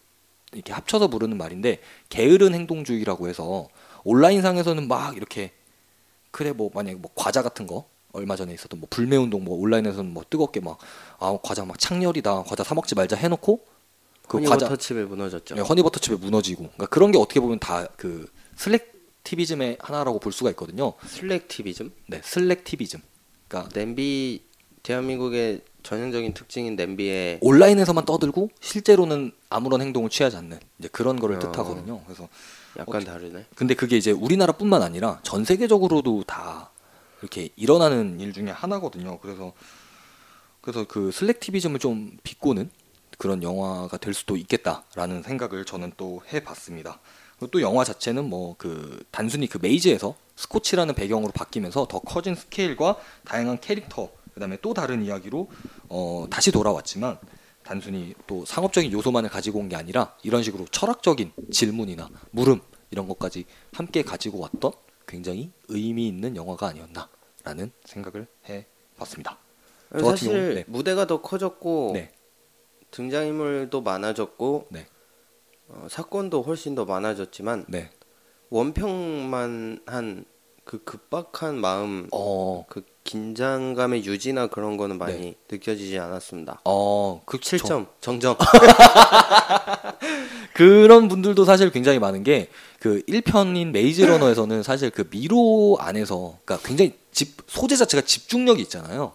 [SPEAKER 1] 이렇게 합쳐서 부르는 말인데 게으른 행동주의라고 해서 온라인상에서는 막 이렇게 그래 뭐 만약에 뭐 과자 같은 거 얼마 전에 있었던 뭐 불매 운동 뭐 온라인에서는 뭐 뜨겁게 막 아 과자 막 창렬이다 과자 사 먹지 말자 해놓고 그 과자
[SPEAKER 2] 터치를 무너졌죠.
[SPEAKER 1] 네, 허니버터칩에 무너지고 그러니까 그런 게 어떻게 보면 다 그 슬랙티비즘의 하나라고 볼 수가 있거든요.
[SPEAKER 2] 슬랙티비즘.
[SPEAKER 1] 네, 슬랙티비즘. 그러니까
[SPEAKER 2] 냄비 대한민국의 전형적인 특징인 냄비에
[SPEAKER 1] 온라인에서만 떠들고 실제로는 아무런 행동을 취하지 않는 이제 그런 거를
[SPEAKER 2] 어.
[SPEAKER 1] 뜻하거든요. 그래서
[SPEAKER 2] 약간 다르네.
[SPEAKER 1] 근데 그게 이제 우리나라뿐만 아니라 전 세계적으로도 다 이렇게 일어나는 일 중에 하나거든요. 그래서 그래서 그 슬랙티비즘을 좀 비꼬는 그런 영화가 될 수도 있겠다라는 생각을 저는 또 해봤습니다. 그리고 또 영화 자체는 뭐 그 단순히 그 메이즈에서 스코치라는 배경으로 바뀌면서 더 커진 스케일과 다양한 캐릭터 그다음에 또 다른 이야기로 어 다시 돌아왔지만 단순히 또 상업적인 요소만을 가지고 온 게 아니라 이런 식으로 철학적인 질문이나 물음 이런 것까지 함께 가지고 왔던 굉장히 의미 있는 영화가 아니었나라는 생각을 해봤습니다. 저 같은
[SPEAKER 2] 어, 사실
[SPEAKER 1] 경우는, 네.
[SPEAKER 2] 무대가 더 커졌고
[SPEAKER 1] 네,
[SPEAKER 2] 등장인물도 많아졌고
[SPEAKER 1] 네,
[SPEAKER 2] 어, 사건도 훨씬 더 많아졌지만
[SPEAKER 1] 네.
[SPEAKER 2] 원평만 한 그 급박한 마음,
[SPEAKER 1] 어,
[SPEAKER 2] 그 긴장감의 유지나 그런 거는 많이
[SPEAKER 1] 네.
[SPEAKER 2] 느껴지지 않았습니다.
[SPEAKER 1] 어, 그
[SPEAKER 2] 7점 정정.
[SPEAKER 1] 그런 분들도 사실 굉장히 많은 게 그 1편인 메이즈 러너에서는 사실 그 미로 안에서 그러니까 굉장히 집 소재 자체가 집중력이 있잖아요.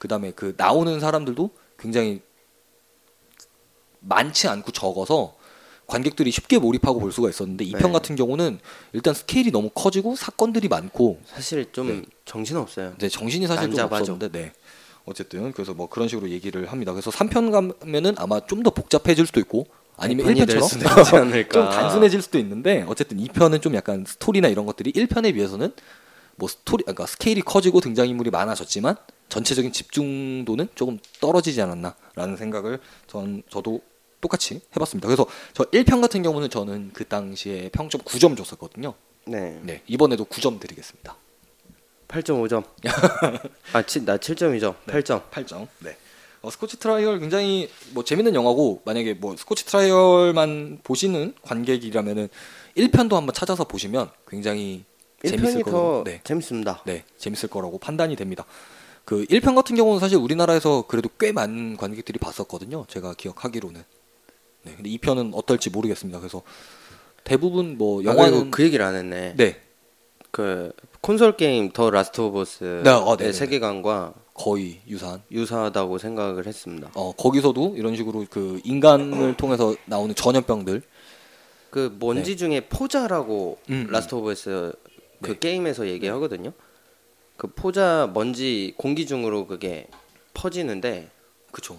[SPEAKER 1] 그다음에 그 나오는 사람들도 굉장히 많지 않고 적어서 관객들이 쉽게 몰입하고 볼 수가 있었는데 이 편
[SPEAKER 2] 네.
[SPEAKER 1] 같은 경우는 일단 스케일이 너무 커지고 사건들이 많고
[SPEAKER 2] 사실 좀 정신 없어요.
[SPEAKER 1] 네, 정신이 사실 좀
[SPEAKER 2] 난잡하죠.
[SPEAKER 1] 없었는데 네. 어쨌든 그래서 뭐 그런 식으로 얘기를 합니다. 그래서 3편 가면은 아마 좀 더 복잡해질 수도 있고 아니면
[SPEAKER 2] 아니,
[SPEAKER 1] 1편처럼
[SPEAKER 2] 될 수도 있지 않을까.
[SPEAKER 1] 좀 단순해질 수도 있는데 어쨌든 2편은 좀 약간 스토리나 이런 것들이 1편에 비해서는 뭐 스토리 그러니까 스케일이 커지고 등장인물이 많아졌지만 전체적인 집중도는 조금 떨어지지 않았나라는 생각을 전 저도 똑같이 해봤습니다. 그래서 저 1편 같은 경우는 저는 그 당시에 평점 9점 줬었거든요.
[SPEAKER 2] 네.
[SPEAKER 1] 네 이번에도 9점 드리겠습니다. *laughs*
[SPEAKER 2] 8.5점. 아, 치, 나 7점이죠. 8점.
[SPEAKER 1] 8점. 네. 어, 스코치 트라이얼 굉장히 뭐 재밌는 영화고 만약에 뭐 스코치 트라이얼만 보시는 관객이라면은 1편도 한번 찾아서 보시면 굉장히 재밌을
[SPEAKER 2] 1편이 더
[SPEAKER 1] 거라고 네.
[SPEAKER 2] 재밌습니다.
[SPEAKER 1] 네. 재밌을 거라고 판단이 됩니다. 그 1편 같은 경우는 사실 우리나라에서 그래도 꽤 많은 관객들이 봤었거든요. 제가 기억하기로는. 네. 근데 2편은 어떨지 모르겠습니다. 그래서 대부분 뭐
[SPEAKER 2] 영화 아,
[SPEAKER 1] 영화는
[SPEAKER 2] 그리고 그 얘기를 안 했네.
[SPEAKER 1] 네.
[SPEAKER 2] 그 콘솔 게임 더 라스트 오브 어스의
[SPEAKER 1] 네, 어, 네, 네, 네.
[SPEAKER 2] 세계관과
[SPEAKER 1] 거의 유사한
[SPEAKER 2] 유사하다고 생각을 했습니다.
[SPEAKER 1] 어, 거기서도 이런 식으로 그 인간을 통해서 나오는 전염병들
[SPEAKER 2] 그 먼지 중에 포자라고
[SPEAKER 1] 네. 음, 네.
[SPEAKER 2] 라스트 오브 어스 그 게임에서 얘기하거든요. 그 포자 먼지 공기 중으로 그게 퍼지는데
[SPEAKER 1] 그쵸.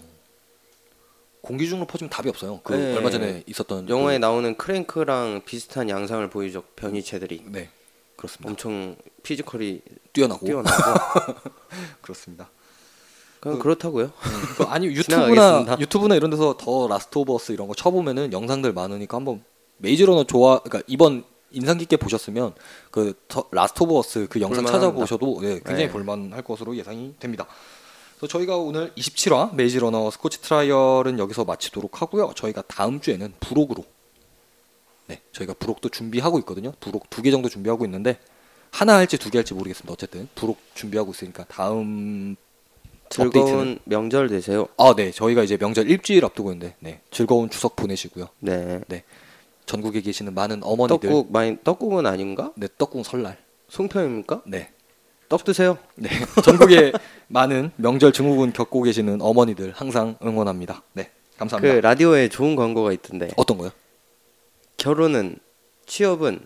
[SPEAKER 1] 공기 중으로 퍼지면 답이 없어요. 그
[SPEAKER 2] 네.
[SPEAKER 1] 얼마 전에 있었던
[SPEAKER 2] 영화에 나오는 크랭크랑 비슷한 양상을 보이죠. 변이체들이
[SPEAKER 1] 그, 네 그렇습니다.
[SPEAKER 2] 엄청 피지컬이
[SPEAKER 1] 뛰어나고 *laughs*
[SPEAKER 2] 뛰어나고
[SPEAKER 1] 그렇습니다.
[SPEAKER 2] 그냥 그렇다고요.
[SPEAKER 1] 그
[SPEAKER 2] *laughs*
[SPEAKER 1] 아니 유튜브나
[SPEAKER 2] 지나가겠습니다.
[SPEAKER 1] 유튜브나 이런 데서 더 라스트 오브 어스 이런 거 쳐보면은 영상들 많으니까 한번 메이저러너 좋아 그러니까 이번 인상 깊게 보셨으면 그 더- 라스트 오브 어스 그 영상
[SPEAKER 2] 볼만합니다.
[SPEAKER 1] 찾아보셔도 네, 굉장히
[SPEAKER 2] 네.
[SPEAKER 1] 볼만할 것으로 예상이 됩니다. 그래서 저희가 오늘 27화 메이저러너 스코치 트라이얼은 여기서 마치도록 하고요. 저희가 다음 주에는 부록으로 네 저희가 부록도 준비하고 있거든요. 부록 두 개 정도 준비하고 있는데 하나 할지 두 개 할지 모르겠습니다. 어쨌든 부록 준비하고 있으니까 다음 업데이트는?
[SPEAKER 2] 즐거운 명절 되세요.
[SPEAKER 1] 아, 네. 저희가 이제 명절 일주일 앞두고 있는데 네. 즐거운 추석 보내시고요.
[SPEAKER 2] 네.
[SPEAKER 1] 전국에 계시는 많은 어머니들
[SPEAKER 2] 떡국 많이 떡국은 아닌가?
[SPEAKER 1] 네, 떡국 설날.
[SPEAKER 2] 송편입니까?
[SPEAKER 1] 네.
[SPEAKER 2] 떡 드세요.
[SPEAKER 1] 네. *laughs* 전국에 많은 명절 증후군 겪고 계시는 어머니들 항상 응원합니다. 네. 감사합니다.
[SPEAKER 2] 그 라디오에 좋은 광고가 있던데
[SPEAKER 1] 어떤 거요?
[SPEAKER 2] 결혼은 취업은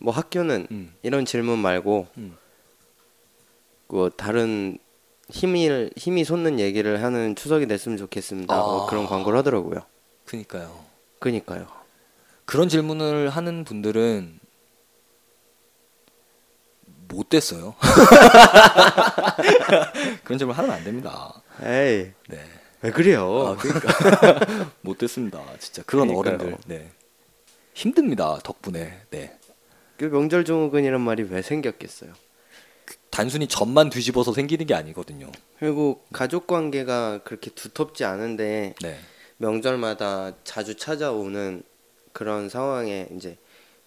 [SPEAKER 2] 뭐 학교는
[SPEAKER 1] 음.
[SPEAKER 2] 이런 질문 말고
[SPEAKER 1] 음.
[SPEAKER 2] 그 다른 힘이 힘이 솟는 얘기를 하는 추석이 됐으면 좋겠습니다. 뭐
[SPEAKER 1] 아.
[SPEAKER 2] 그런 광고를 하더라고요.
[SPEAKER 1] 그니까요.
[SPEAKER 2] 그니까요.
[SPEAKER 1] 그런 질문을 하는 분들은 못 *laughs* 됐어요. 그런 질문 하면 안 됩니다.
[SPEAKER 2] 에이
[SPEAKER 1] 네.
[SPEAKER 2] 왜 그래요?
[SPEAKER 1] 아, 그러니까 *laughs* 못 됐습니다. 진짜 그런
[SPEAKER 2] 그러니까요.
[SPEAKER 1] 어른들. 네. 힘듭니다. 덕분에. 네.
[SPEAKER 2] 그 명절 증후군이란 말이 왜 생겼겠어요?
[SPEAKER 1] 단순히 점만 뒤집어서 생기는 게 아니거든요.
[SPEAKER 2] 그리고 가족 관계가 그렇게 두텁지 않은데
[SPEAKER 1] 네.
[SPEAKER 2] 명절마다 자주 찾아오는 그런 상황에 이제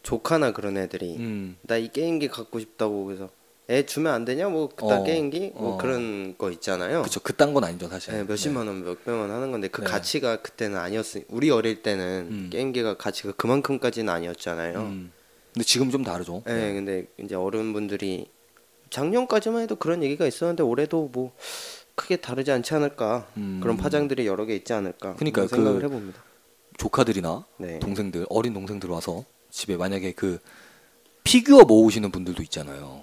[SPEAKER 2] 조카나 그런 애들이
[SPEAKER 1] 음.
[SPEAKER 2] 나 이 게임기 갖고 싶다고 그래서 애 주면 안 되냐 뭐 그딴
[SPEAKER 1] 어,
[SPEAKER 2] 게임기 뭐
[SPEAKER 1] 어.
[SPEAKER 2] 그런 거 있잖아요.
[SPEAKER 1] 그쵸 그딴 건 아니죠 사실.
[SPEAKER 2] 예, 몇십만 원, 몇백만 원 하는 건데 그
[SPEAKER 1] 네.
[SPEAKER 2] 가치가 그때는 아니었으니 우리 어릴 때는
[SPEAKER 1] 음.
[SPEAKER 2] 게임기가 가치가 그만큼까지는 아니었잖아요.
[SPEAKER 1] 음. 네. 근데 지금 좀 다르죠.
[SPEAKER 2] 예, 근데 이제 어른분들이 작년까지만 해도 그런 얘기가 있었는데 올해도 뭐 크게 다르지 않지 않을까
[SPEAKER 1] 음.
[SPEAKER 2] 그런 파장들이 여러 개 있지 않을까
[SPEAKER 1] 그러니까요.
[SPEAKER 2] 그런 생각을
[SPEAKER 1] 그-
[SPEAKER 2] 해봅니다.
[SPEAKER 1] 조카들이나
[SPEAKER 2] 네.
[SPEAKER 1] 동생들 어린 동생들 와서 집에 만약에 그 피규어 모으시는 분들도 있잖아요.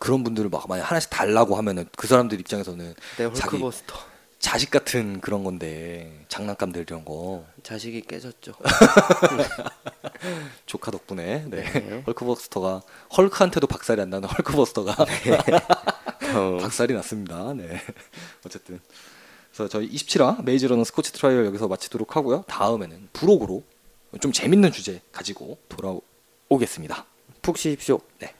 [SPEAKER 1] 그런 분들을 막 만약 하나씩 달라고 하면은 그 사람들 입장에서는
[SPEAKER 2] 내
[SPEAKER 1] 자기-
[SPEAKER 2] 헐크버스터
[SPEAKER 1] 자식 같은 그런 건데 장난감들 이런 거
[SPEAKER 2] 자식이
[SPEAKER 1] *laughs*
[SPEAKER 2] 깨졌죠.
[SPEAKER 1] 조카 덕분에 네.
[SPEAKER 2] 네.
[SPEAKER 1] 헐크버스터가 헐크한테도 박살이 안 나는
[SPEAKER 2] *laughs*
[SPEAKER 1] 헐크버스터가
[SPEAKER 2] 네.
[SPEAKER 1] *laughs*
[SPEAKER 2] 어,
[SPEAKER 1] 박살이 났습니다. 네. 어쨌든 그래서 저희 27화 메이저러는 스코치 트라이얼 여기서 마치도록 하고요. 다음에는 부록으로 좀 재밌는 주제 가지고 돌아오겠습니다.
[SPEAKER 2] 푹 쉬십시오.
[SPEAKER 1] 네.